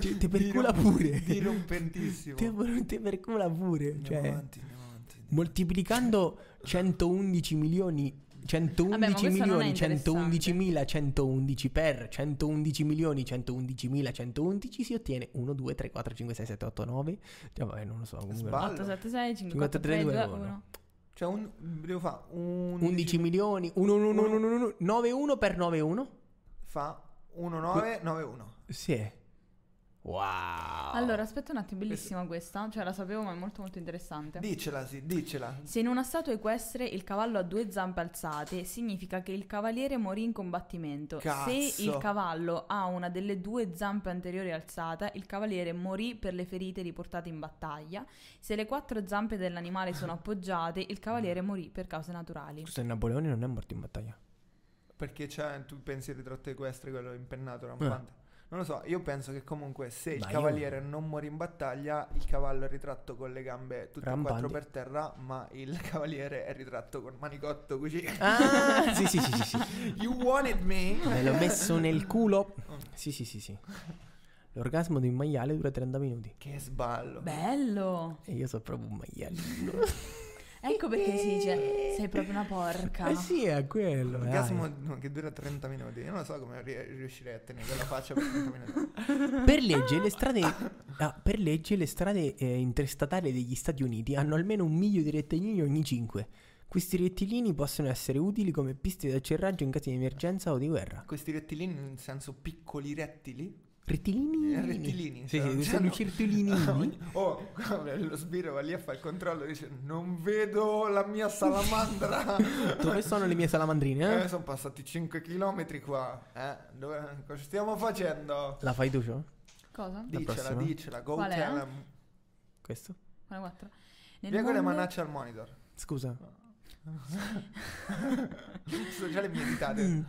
A: Cioè, te percula pure.
B: Dirompentissimo.
A: Te, te percula pure.
B: Andiamo
A: Cioè,
B: avanti, andiamo avanti. andiamo-
A: moltiplicando 111 milioni. 111
C: questo non è
A: milioni,
C: interessante.
A: 111.111 per 111 milioni, 111.111 si ottiene 1, 2, 3, 4, 5, 6, 7, 8, 9. Cioè, vabbè, non lo so. Comunque,
B: Sbaglio.
C: 876
A: 53,
C: 543
A: due, uno.
C: 2
B: Cioè, un, devo fare un
A: 11 milioni 1 1 1 1 1 9 1 per 9 1
B: Fa 1991.
A: Sì Wow
C: Allora, aspetta un attimo, bellissima questa. Cioè, la sapevo, ma è molto, molto interessante.
B: Dicela, sì, dicela.
C: Se in una statua equestre il cavallo ha due zampe alzate, significa che il cavaliere morì in combattimento.
B: Cazzo.
C: Se il cavallo ha una delle due zampe anteriori alzata, il cavaliere morì per le ferite riportate in battaglia. Se le quattro zampe dell'animale sono appoggiate, il cavaliere
A: Mm.
C: morì per cause naturali.
A: Scusa Napoleone non è morto in battaglia
B: Perché c'è, tu pensi il ritratto equestre, quello impennato rampante. Non lo so, io penso che comunque se il
A: Eh. Ma io-
B: cavaliere non muore in battaglia, il cavallo è ritratto con le gambe tutte e quattro
A: Rampanti.
B: per terra, ma il cavaliere è ritratto con manicotto così.
A: Ah Sì sì sì sì, sì.
B: You wanted me?
A: Me l'ho messo nel culo Sì sì sì sì L'orgasmo di un maiale dura 30 minuti
B: Che sballo.
C: Bello!
A: E io so proprio un maiale
C: Ecco perché si dice: Sei proprio una porca.
A: Eh sì è quello dai.
B: L'orgasmo no, che dura 30 minuti. Io non so come rie- riuscirei a tenere quella faccia per 30 minuti.
A: Per legge le strade ah, Per legge le strade eh, interstatali degli Stati Uniti hanno almeno un miglio di rettilini ogni 5 questi rettilini possono essere utili come piste di atterraggio in caso di emergenza o di guerra.
B: Questi rettilini, nel senso piccoli rettili,
A: Rettilini.
B: Eh, rettilini,
A: Sì,
B: cioè,
A: sì,
B: cioè,
A: sono
B: no.
A: certolini.
B: Oh, vabbè, lo sbirro va lì a fare il controllo dice non vedo la mia salamandra.
A: Eh? Dove sono le mie salamandrine?
B: Eh,
A: eh?
B: sono passati 5 km qua. Eh, dove, cosa stiamo facendo?
A: La fai tu, ciò?
C: Cosa?
B: Dicela,
A: prossima?
B: dicela, go
C: Qual è?
B: tell 'em.
A: Questo?
C: Quale quattro? Nel
B: Via con le
C: mondo-
B: manacce al monitor.
A: Scusa.
B: Sono già le mie
A: Mm.
B: ditate. Mm.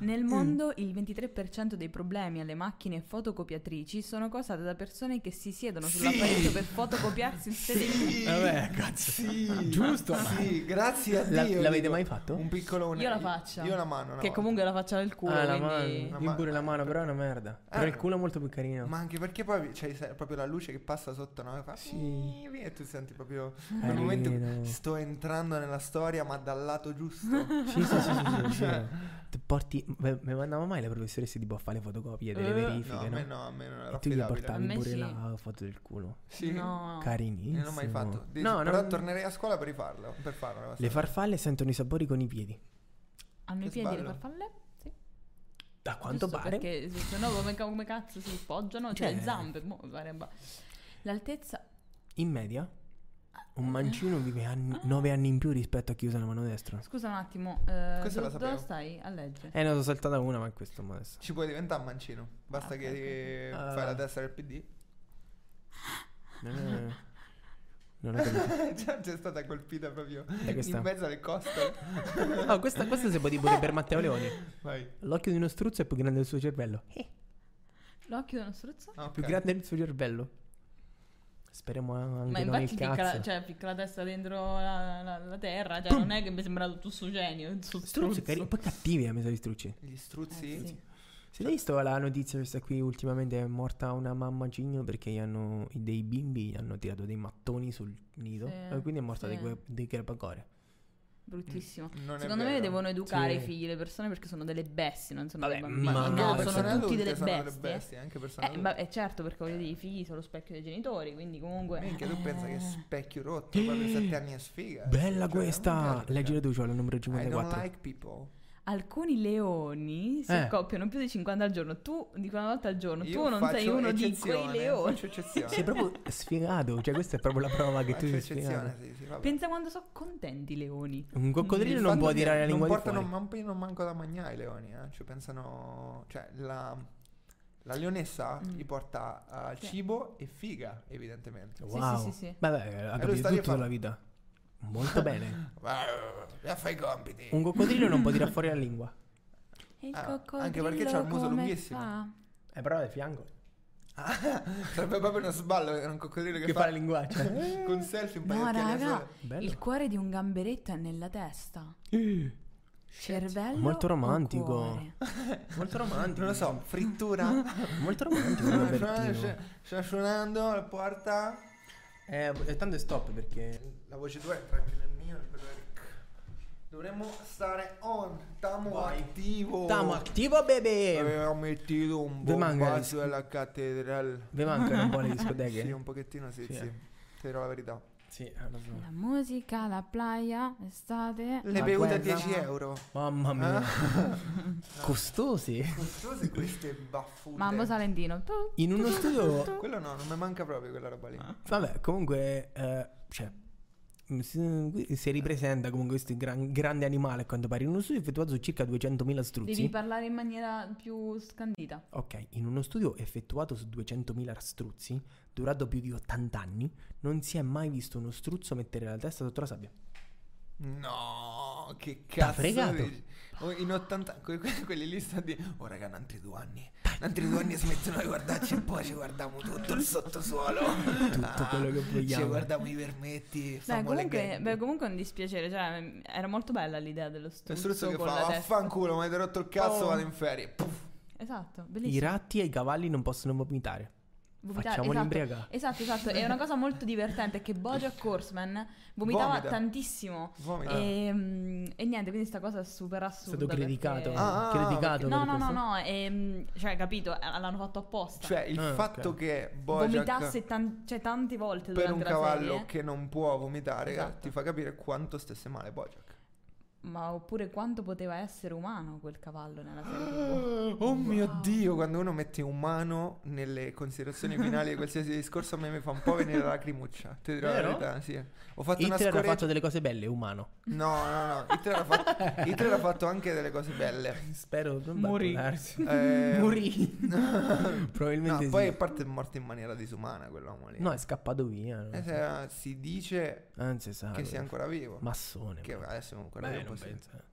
C: Nel mondo il 23% dei problemi alle macchine fotocopiatrici sono causate da persone che si siedono
B: Sì.
C: sull'apparecchio per fotocopiarsi il sedere.
A: Eh, Vabbè, cazzo.
B: Sì.
A: Giusto.
B: Sì, grazie a
A: La-
B: Dio.
A: l'avete
B: dico.
A: mai fatto?
B: Un piccolone.
C: Io la faccia.
B: Io la mano. una
C: Che
B: volta.
C: comunque è la faccia del culo,
A: Ah, la
C: quindi...
A: mano.
B: La
A: Io
B: mano-
A: pure la mano, però è una merda. Però il culo è molto più carino.
B: Ah. Ma anche perché poi c'è proprio la luce che passa sotto, no? Che fa
A: Sì.
B: E tu senti proprio.
A: Carino.
B: Nel momento sto entrando nella storia, ma dal lato giusto.
A: Sì, sì, sì, sì, sì, sì.
B: Cioè,
A: Ti porti. Beh, Mi mandavano mai le professoresse tipo a fare le fotocopie delle
C: Eh,
B: no,
A: verifiche,
B: a
A: no?
B: me no, a me non era
A: E tu gli
B: affidabile.
C: A
A: portavi
C: me
A: pure
C: sì.
A: la foto del culo.
B: Sì.
C: No.
A: Carinissimo.
B: Non l'ho mai fatto. Dici,
A: No,
B: però
A: no,
B: tornerei a scuola per rifarlo. Per farlo.
A: Le farfalle sentono i sapori con i piedi.
C: Hanno i
B: Che
C: piedi le
B: sballo.
C: farfalle? Sì.
A: Da quanto
C: Giusto,
A: pare.
C: Perché se se no come, ca- come cazzo si poggiano? Cioè,
A: Cioè.
C: le zampe. mo, sarebbe- L'altezza...
A: In media,
C: Ah.
A: un mancino vive 9 anni in più rispetto a chi usa la mano destra.
C: Scusa un attimo, eh,
B: Questa la
C: dove-
B: sapevo.
C: dove stai a leggere?
A: Eh, ne sono saltata una, ma questo mo adesso.
B: Ci puoi diventare mancino. Basta
C: Ah,
B: che
C: ok,
B: eh,
A: ok.
B: fai
A: Ah.
B: la testa del PD.
A: Non è. Non è che-
B: Già c'è stata colpita proprio
A: Dai, questa.
B: in mezzo alle coste.
A: Oh, questa, questa si può dire pure per Matteo Leoni.
B: Vai.
A: L'occhio di uno struzzo è più grande del suo cervello. Eh,
C: L'occhio di uno struzzo?
B: Ah, ok.
A: più grande del suo cervello. Speriamo anche
C: Ma
A: non
C: infatti
A: il
C: ficca
A: cazzo.
C: la, cioè, ficca la testa dentro la, la- la terra, cioè non è che mi sembra tutto suo genio, il suo
A: Struzzo
C: struzzo.
A: è carino. Poi cattivi a mezzo di struzzi.
B: Gli
C: Eh,
B: struzzi.
C: sì.
A: Se l'hai visto la notizia questa qui ultimamente è morta una mamma cigno perché gli hanno, dei bimbi gli hanno tirato dei mattoni sul nido
C: Sì,
A: e quindi è morta
C: sì.
A: dei, gue- dei crepacore.
C: Bruttissimo.
B: Mm, Non è
C: Secondo me
B: vero.
C: devono educare
A: Sì.
C: i figli, le persone, perché sono delle bestie, non sono
A: Vabbè,
C: dei bambini.
A: ma-
B: Anche
A: No,
B: le
C: no,
A: persone
C: sono tutti
B: adulte
C: delle
B: sono
C: bestie.
B: delle bestie, anche persone
C: Eh,
B: adulte.
C: ma- eh, certo, perché voglio dire, i figli sono lo specchio dei genitori, quindi comunque...
B: Minchia, tu pensa che
C: eh.
B: specchio rotto, quando hai 7 anni è sfiga.
A: Bella
B: Cioè,
A: questa!
B: minchia,
A: Leggere tu, c'ho la numero
B: I don't
A: 54.
B: like people.
C: Alcuni leoni si
A: Eh.
C: accoppiano più di 50 al giorno. Tu di una volta al giorno,
B: Io
C: tu non sei
B: faccio
C: uno di quei
B: eccezione,
C: leoni.
B: Faccio eccezione.
A: Sei proprio sfigato, cioè questa è proprio la prova che tu
B: Faccio
A: "Ah, sei
B: eccezione,
A: sfigato.
B: sì, sì, vabbè.
C: Pensa quando sono contenti i leoni.
A: Un coccodrillo
C: Mm.
B: Il
A: non
B: fatto
A: può
B: che
A: tirare la lingua
B: non
A: di
B: portano
A: fuori.
B: man- non manco da mangiare i leoni, eh. Cioè, pensano... Cioè, la... la leonessa
C: Mm.
B: gli porta eh,
C: Sì.
B: cibo e figa, evidentemente.
C: Sì,
A: Wow.
C: sì, sì, sì.
A: Vabbè, ha
B: lo
A: capito
B: stadio
A: tutto
B: fa-
A: della vita. Molto bene.
B: Vai, fai i compiti.
A: Un coccodrillo non può tirare fuori la lingua.
C: E il
B: Ah,
C: coccodrillo
B: anche perché c'ha il muso
C: come
B: lunghissimo.
C: fa?
A: Eh, però è fianco.
B: Sarebbe proprio uno sballo, era un coccodrillo che,
A: Che fa la cioè. linguaccia.
B: con selfie un paio
C: No,
B: di occhiali da
C: raga,
B: sole.
A: Bello.
C: il cuore di un gamberetto è nella testa. Cervello.
A: Molto
C: o
A: romantico.
C: cuore?
A: Molto romantico.
B: Non lo so, frittura.
A: Molto romantico.
B: Eh,
A: un avvertino.
B: Sciascionando la porta.
A: Eh, tanto è stop perché...
B: La voce 2 entra anche nel mio. nel quello del- Dovremmo stare on. Tamo
A: Vai.
B: attivo.
A: Stiamo attivo, bebè!
B: Avevamo mettito un
A: Due
B: bombazo
A: mangari.
B: alla cattedrale.
A: Vi mancano un po' le
B: Sì,
A: discoteche?
B: un pochettino sì,
A: Sì,
B: sì.
A: eh.
B: Ti dirò la verità.
A: Sì, eh, ha ragione.
C: La musica, la playa, estate.
B: Le
A: La
B: bevute a
A: guerra.
B: 10 euro. eh?
A: Mamma mia.
B: Ah.
A: Costosi.
B: Costose queste baffute.
C: Mambo Salentino. Tu,
A: In uno studio...
B: Quello no, non mi manca proprio quella roba lì.
A: Vabbè, comunque... eh, cioè... Si si ripresenta comunque questo gran- grande animale a quanto pare in uno studio effettuato su circa 200.000
C: Devi
A: struzzi.
C: parlare in maniera più scandita.
A: Ok, in uno studio effettuato su 200.000 struzzi, durato più di 80 anni, non si è mai visto uno struzzo mettere la testa sotto la sabbia.
B: No, che cazzo.
A: fregato.
B: dici? Oh, In 80 que- que- quelli lì sta di Oh raga, in altri due anni. In altri due anni smettono di guardarci e poi ci guardiamo tutto il sottosuolo. Tutto
A: quello che vogliamo.
B: Ci guardiamo i vermetti.
C: Beh
B: stiamo alle
C: comunque,
B: gang.
C: beh, comunque è un dispiacere. Cioè, era molto bella l'idea dello
B: Lo
C: struzzo,
B: struzzo che
C: con
B: fa
C: la testa.
B: vaffanculo, mi avete rotto il cazzo,
A: Oh.
B: vado in ferie. Puff.
C: Esatto,
A: I
C: bellissimo.
A: ratti e i cavalli non possono vomitare.
C: Vomitare,
A: Facciamoli
C: esatto.
A: imbriagare.
C: Esatto, esatto. E una cosa molto divertente è che Bojack Horseman vomitava
B: Vomita.
C: tantissimo.
B: Vomito.
C: E, mm, e niente, quindi sta cosa è super
A: Ah. È stato
C: assurda.
A: criticato.
C: perché-
B: Ah, ah,
A: criticato
C: No,
A: per
C: no, no,
A: questo.
C: no, ehm, cioè, capito, eh, l'hanno fatto apposta.
B: Cioè, il
A: Ah,
B: fatto
A: ok.
B: che Bojack
C: eh, Vomitasse tan- cioè, tante volte
B: per un
C: durante la
B: cavallo
C: serie. eh?
B: che non può vomitare
C: Esatto.
B: ti fa capire quanto stesse male Bojack.
C: Ma oppure quanto poteva essere umano quel cavallo nella serie TV?
B: Oh mio dio, quando uno mette umano nelle considerazioni finali di qualsiasi discorso, a me mi fa un po' venire la lacrimuccia. Ti dirò la
A: Vero?
B: verità, sì. Ho fatto una
A: Hitler ha
B: scorreggia.
A: fatto delle cose belle, umano.
B: No, no, no. Hitler ha fatto, Hitler ha fatto anche delle cose belle.
A: Spero non
C: Morì.
A: buttarsi.
B: Eh,
A: Morì.
B: No,
A: Probabilmente
B: poi
A: sì.
B: a parte è morto in maniera disumana quell'uomo lì.
A: No, è scappato via. non
B: Eh,
A: so.
B: se- si dice
A: Anzi, sa.
B: che sia ancora vivo.
A: Massone.
B: Che
A: ma-
B: adesso è ancora
A: Beh,
B: vivo.
A: non
B: possibile.
A: penso. eh.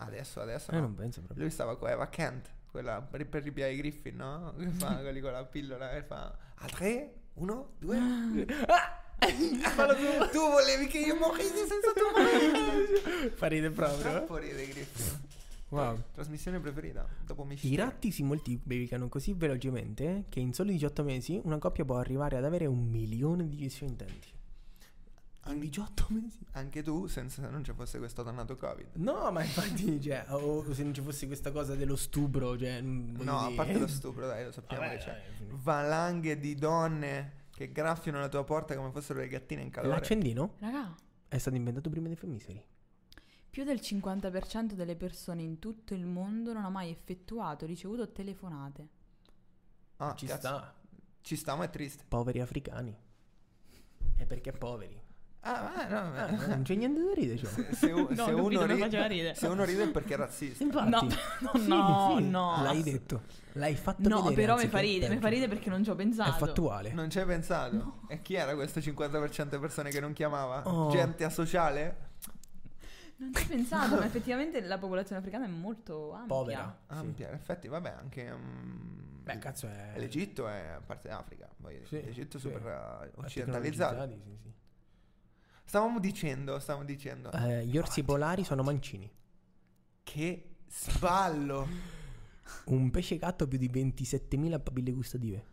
B: Adesso, adesso.
A: Eh,
B: no.
A: non penso proprio.
B: Lui stava con Eva Kent, quella per, per ripiare i Griffin, no? Che fa quelli con la pillola e fa a tre, uno, due.
A: Ah!
B: tu volevi che io morissi senza tu
A: Fa ridere proprio. eh.
B: Troppo ride Griffin.
A: Wow.
B: Trasmissione preferita dopo Mister.
A: I ratti si moltiplicano così velocemente che in soli 18 mesi una coppia può arrivare ad avere un milione di gestionintenti. In 18 mesi?
B: Anche tu, senza se non ci fosse questo dannato Covid.
A: No, ma infatti, cioè, o se non ci fosse questa cosa dello stupro, cioè... mm, voglio
B: No, a
A: dire- cioè,
B: parte lo stupro, dai, lo sappiamo
A: Vabbè,
B: che c'è.
C: cioè,
A: dai,
B: Valanghe di donne che graffiano la tua porta come fossero le gattine in calore.
A: L'accendino
C: Raga,
A: è stato inventato prima dei femmiseri.
C: più del 50% delle persone in tutto il mondo non ha mai effettuato o ricevuto telefonate.
B: Ah,
A: Ci
B: cazzo.
A: sta.
B: Ci sta, ma è triste.
A: Poveri africani. È perché poveri.
B: Ah, ah, no,
A: Ah,
B: ma-
A: non c'è niente da ridere, cioè.
B: Se, se u-
C: No,
B: se
C: capito,
B: uno
C: non
B: ride,
C: faceva ridere.
B: se uno ride è perché è razzista.
A: Infatti.
C: No, no, no, no.
A: L'hai detto. L'hai fatto
C: No,
A: vedere,
C: però mi
A: anziché
C: fa ridere, mi fa
A: perché-
C: ridere perché non ci ho pensato.
A: È fattuale.
B: Non ci hai pensato? E chi era questo 50% di persone che non chiamava?
A: Oh.
B: Gente asociale?
C: Non ci ho pensato, ma effettivamente la popolazione africana è molto ampia.
A: Povera.
B: Ampia, Ah, in effetti, vabbè, anche... mm,
A: Beh, cazzo è...
B: L'Egitto è parte d'Africa, voglio dire.
A: Sì,
B: l'Egitto è
A: sì.
B: super eh,
A: è
B: occidentalizzato.
A: tecnologizzati, sì, sì.
B: Stavamo dicendo, stavamo dicendo,
A: Eh, gli orsi polari sono mancini.
B: che sballo,
A: Un pesce gatto ha più di 27.000 papille gustative.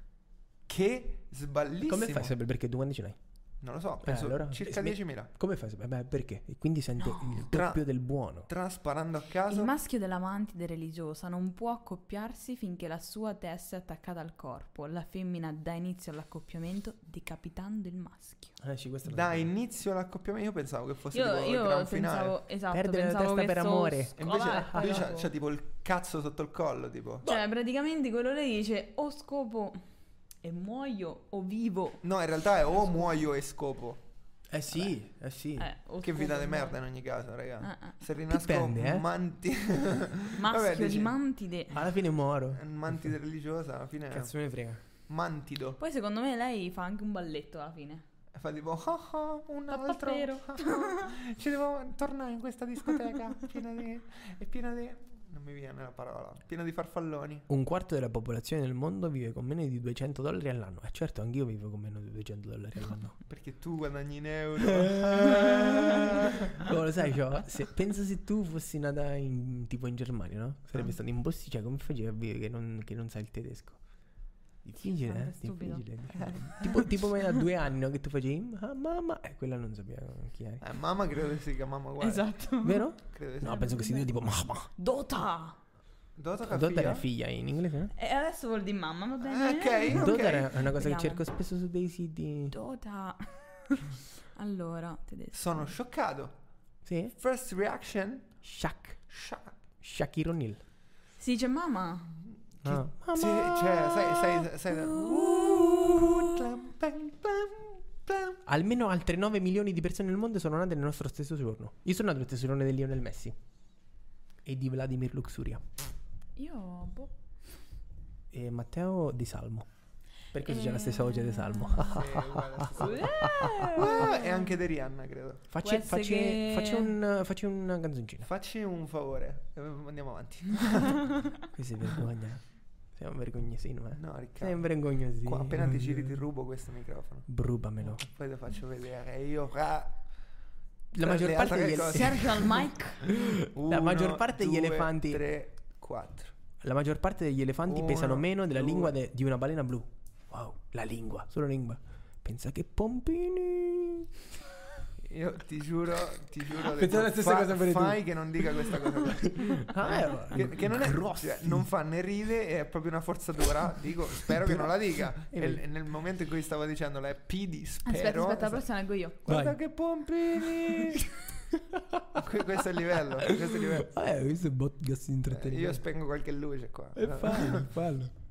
B: che sballissimo.
A: Come fai a sapere perché tu quando ce l'hai?
B: Non lo so, penso
A: allora,
B: circa
A: smet-
B: 10.000.
A: Come fai a sapere? Beh, perché? E quindi sente il doppio
B: Tra-
A: del buono.
B: Trasparando a
C: Il
B: caso,
C: maschio della mantide religiosa non può accoppiarsi finché la sua testa è attaccata al corpo. La femmina dà inizio all'accoppiamento decapitando il maschio.
A: Eh, sì, questa è la-
B: da inizio all'accoppiamento, io pensavo che fosse
C: Io,
B: tipo il
C: io
B: gran finale.
C: pensavo, esatto,
A: Perdere la
C: pensavo
A: testa
C: che
A: per
C: sto-
A: amore.
B: E invece,
C: Vabbè, poi
B: lui c'ha,
C: dopo.
B: c'ha tipo il cazzo sotto il collo, tipo.
C: Cioè, praticamente quello lì dice o scopo e muoio o vivo.
B: No, in realtà è o muoio e scopo.
A: Eh sì, eh sì.
C: Eh, o
B: Che
C: scopo
B: vita di
C: e
B: merda in
C: muoio.
B: ogni caso, raga.
C: Eh, eh.
B: Se rinasco
A: Dipende, eh.
B: manti...
C: Maschio
B: Vabbè,
C: di
B: dici-
C: mantide.
A: Alla fine muoro.
B: mantide religiosa, alla fine...
A: Cazzo me ne frega.
B: Mantido.
C: Poi secondo me lei fa anche un balletto alla fine.
B: E fa tipo... "Ah, ah, un altro...
C: Pappero.
B: ah, ah, Ci devo tornare in questa discoteca. piena di... È piena di... Non mi viene la parola. Piena di farfalloni.
A: Un quarto della popolazione del mondo vive con meno di 200 dollari all'anno. E certo, anch'io vivo con meno di 200 dollari all'anno.
B: Perché tu guadagni in Eh, euro.
A: Oh, lo sai, cioè, se- pensa se tu fossi nata in, tipo in Germania, no? Sarebbe
B: Ah.
A: stato imposti, cioè come facevi a vivere che non, che non sai il tedesco? Difficile,
C: Sì,
A: eh?
C: è stupido.
A: Difficile, difficile. tipo, tipo me da due anni no? che tu facevi, "Ma- mamma, e quella non sapeva chi eri.
B: Eh, mamma credo che si chiama mamma uguale.
C: Esatto.
A: Vero?
B: Credo che
A: No,
B: sia.
A: penso che si dica tipo mamma.
C: Dota!
B: Dota
A: Dota era
B: Cafia?
A: figlia in inglese, no?
C: E adesso vuol dire mamma, va bene?
B: Ah, ok.
A: Dota era una cosa
C: Vediamo.
A: che cerco spesso su dei siti.
C: Dota. allora, tedesco.
B: Sono scioccato.
A: Sì?
B: First reaction?
A: Shaq.
B: Shock.
A: Shaquille O'Neal.
C: Si dice mamma.
A: Ah.
B: Sì, cioè, sai, sai, sai. Uh, clam, bam, bam, bam.
A: Almeno altre 9 milioni di persone nel mondo sono nate nel nostro stesso giorno. Io sono nato nel stesso giorno di Lionel Messi e di Vladimir Luxuria
C: Io, boh.
A: e Matteo Di Salmo. Perché c'è la
C: Eh.
A: stessa voce di Salmo.
B: Sì, uguale, sì.
C: Eh.
B: Ah, e anche di Rihanna, credo.
A: facci,
C: essere
A: facci,
C: che-
A: facci un, facci una canzoncina.
B: Facci un favore. eh, Andiamo avanti.
A: Questo è vergogna. Sei un vergognosino, eh.
B: No,
A: Sei un
B: Riccardo.
A: vergognosino.
B: Qua appena ti giri ti rubo questo microfono.
A: Brubamelo.
B: Poi lo faccio vedere. Io. ra-
A: La maggior
B: le
A: parte
B: altre
A: degli
B: cose.
A: elefanti.
C: Sergio al mic.
A: La maggior parte degli
B: due,
A: elefanti-
B: Tre, quattro.
A: La maggior parte degli elefanti
B: Uno,
A: pesano meno della
B: due.
A: lingua de- di una balena blu. Wow, la lingua, solo lingua. Pensa che pompini.
B: Io ti giuro, ti giuro. ho
A: Pensavo
B: detto,
A: la stessa
B: fa-
A: cosa pure tu.
B: Fai che non dica questa cosa. qua.
A: Ah,
B: Che, che non, è, cioè, non fa né ride, è proprio una forzatura. Dico, spero che non la dica.
A: E
B: E
A: vedi.
B: l- nel momento in cui stavo dicendo la P di spero.
C: Aspetta, aspetta, la prossima leggo io.
B: Guarda
A: Vai.
B: che pompini! Que- Questo è il livello. Questo è il livello.
A: Vabbè, questo è podcast
B: Eh,
A: di
B: Io
A: intrattenimento.
B: spengo qualche luce qua.
A: E Eh, fallo, fallo.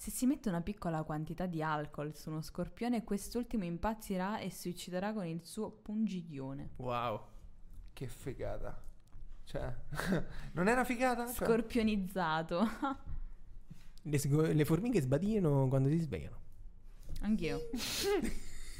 C: Se si mette una piccola quantità di alcol su uno scorpione, quest'ultimo impazzirà e si ucciderà con il suo pungiglione.
A: Wow.
B: Che figata. Cioè, non è una figata? Cioè,
C: Scorpionizzato.
A: Le, sgo- le formiche sbadigliano quando si svegliano.
C: Anch'io.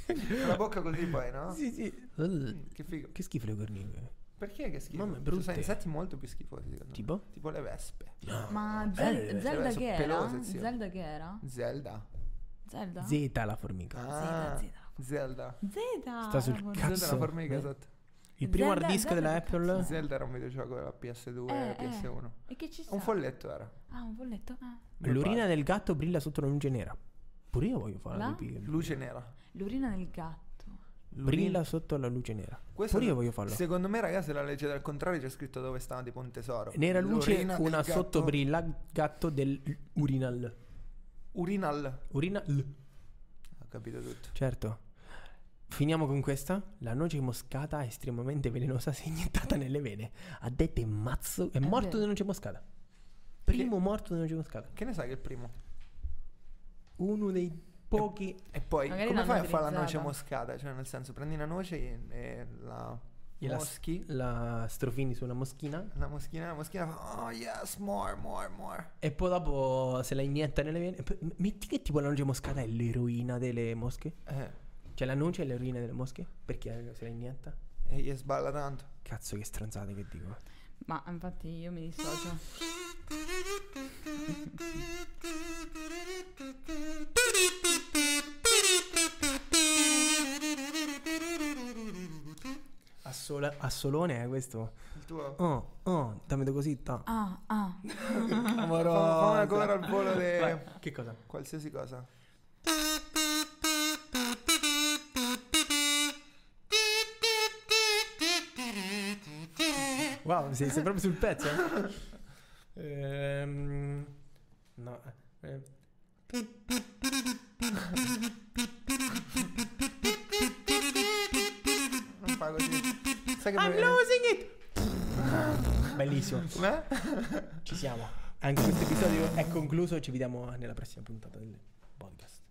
B: con la bocca così poi, no?
A: Sì, sì. Uh,
B: Ah. Mm, Che figo.
A: Che schifo le corniche.
B: Perché che schifo?
A: Mamma, è
B: Ci
A: brutte.
B: sono insetti molto più schifosi, secondo
A: Tipo?
B: me. Tipo le vespe.
C: Ma Zel-
A: Belle.
C: Zelda
B: sono
C: che
B: pelose,
C: era?
B: zio.
C: Zelda che era?
B: Zelda.
C: Zelda?
A: Zeta la formica.
B: Ah,
C: Zelda.
B: Zelda.
C: Zeta!
A: Sta sul
C: la formica.
A: cazzo.
B: Zelda è una formica,
A: Eh.
B: esatto.
A: Il primo
C: Zelda-
A: hard disk
C: Zelda
A: della
C: che cazzo
A: Apple.
C: è?
B: Zelda era un videogioco della PS2
C: Eh,
B: e PS1.
C: E che ci sta?
B: Un folletto era.
C: Ah, un folletto? Ah.
B: Come
A: L'urina
B: pare.
A: del gatto brilla sotto la luce nera. Pure io voglio fare
C: La?
A: la pipì.
B: Luce nera.
C: L'urina del gatto.
A: Brilla sotto la luce nera. Pure io voglio farlo.
B: Secondo me, ragazzi, se la leggete al contrario c'è scritto dove sta tipo un tesoro.
A: Nera luce,
B: L'urina del
A: una
B: gatto-
A: sottobrilla, gatto del urinal.
B: Urinal.
A: Urinal.
B: Ho capito tutto.
A: Certo. Finiamo con questa. La noce moscata estremamente velenosa si è iniettata nelle vene. Ha detto è mazzo. È morto
C: vero.
A: di noce moscata. Primo morto di noce moscata.
B: Che ne sai che è il primo?
A: Uno dei pochi.
B: E poi,
C: Magari
B: come
C: l'hanno
B: fai a fare la noce
C: utilizzata.
B: moscata? Cioè, nel senso, prendi una noce e, e la
A: Gliela s-
B: moschi.
A: La strofini su una moschina.
B: La moschina, la moschina fa, oh yes, more, more, more.
A: E poi dopo se la inietta nelle vene. P- Metti che tipo la noce moscata è l'eroina delle mosche.
B: Eh,
A: Cioè la noce è l'eroina delle mosche. Perché se la inietta?
B: e gli sballa tanto.
A: Cazzo che stranzate che dico.
C: Ma infatti io mi dissocio.
A: Assola- assolone è questo.
B: Il tuo.
A: Oh, oh, dammi così. ta.
C: Ah, ah.
B: Fa- fa una cora al volo de-
A: Vai, Eh, Che cosa?
B: Qualsiasi cosa.
A: Wow, sei, sei proprio sul pezzo. eh? Ehm, no. eh.
B: Non fa così. Sai che
A: I'm
B: deve-
A: losing it! eh, Bellissimo.
B: Com'è?
A: Ci siamo. Anche questo episodio è concluso. Ci vediamo nella prossima puntata del podcast.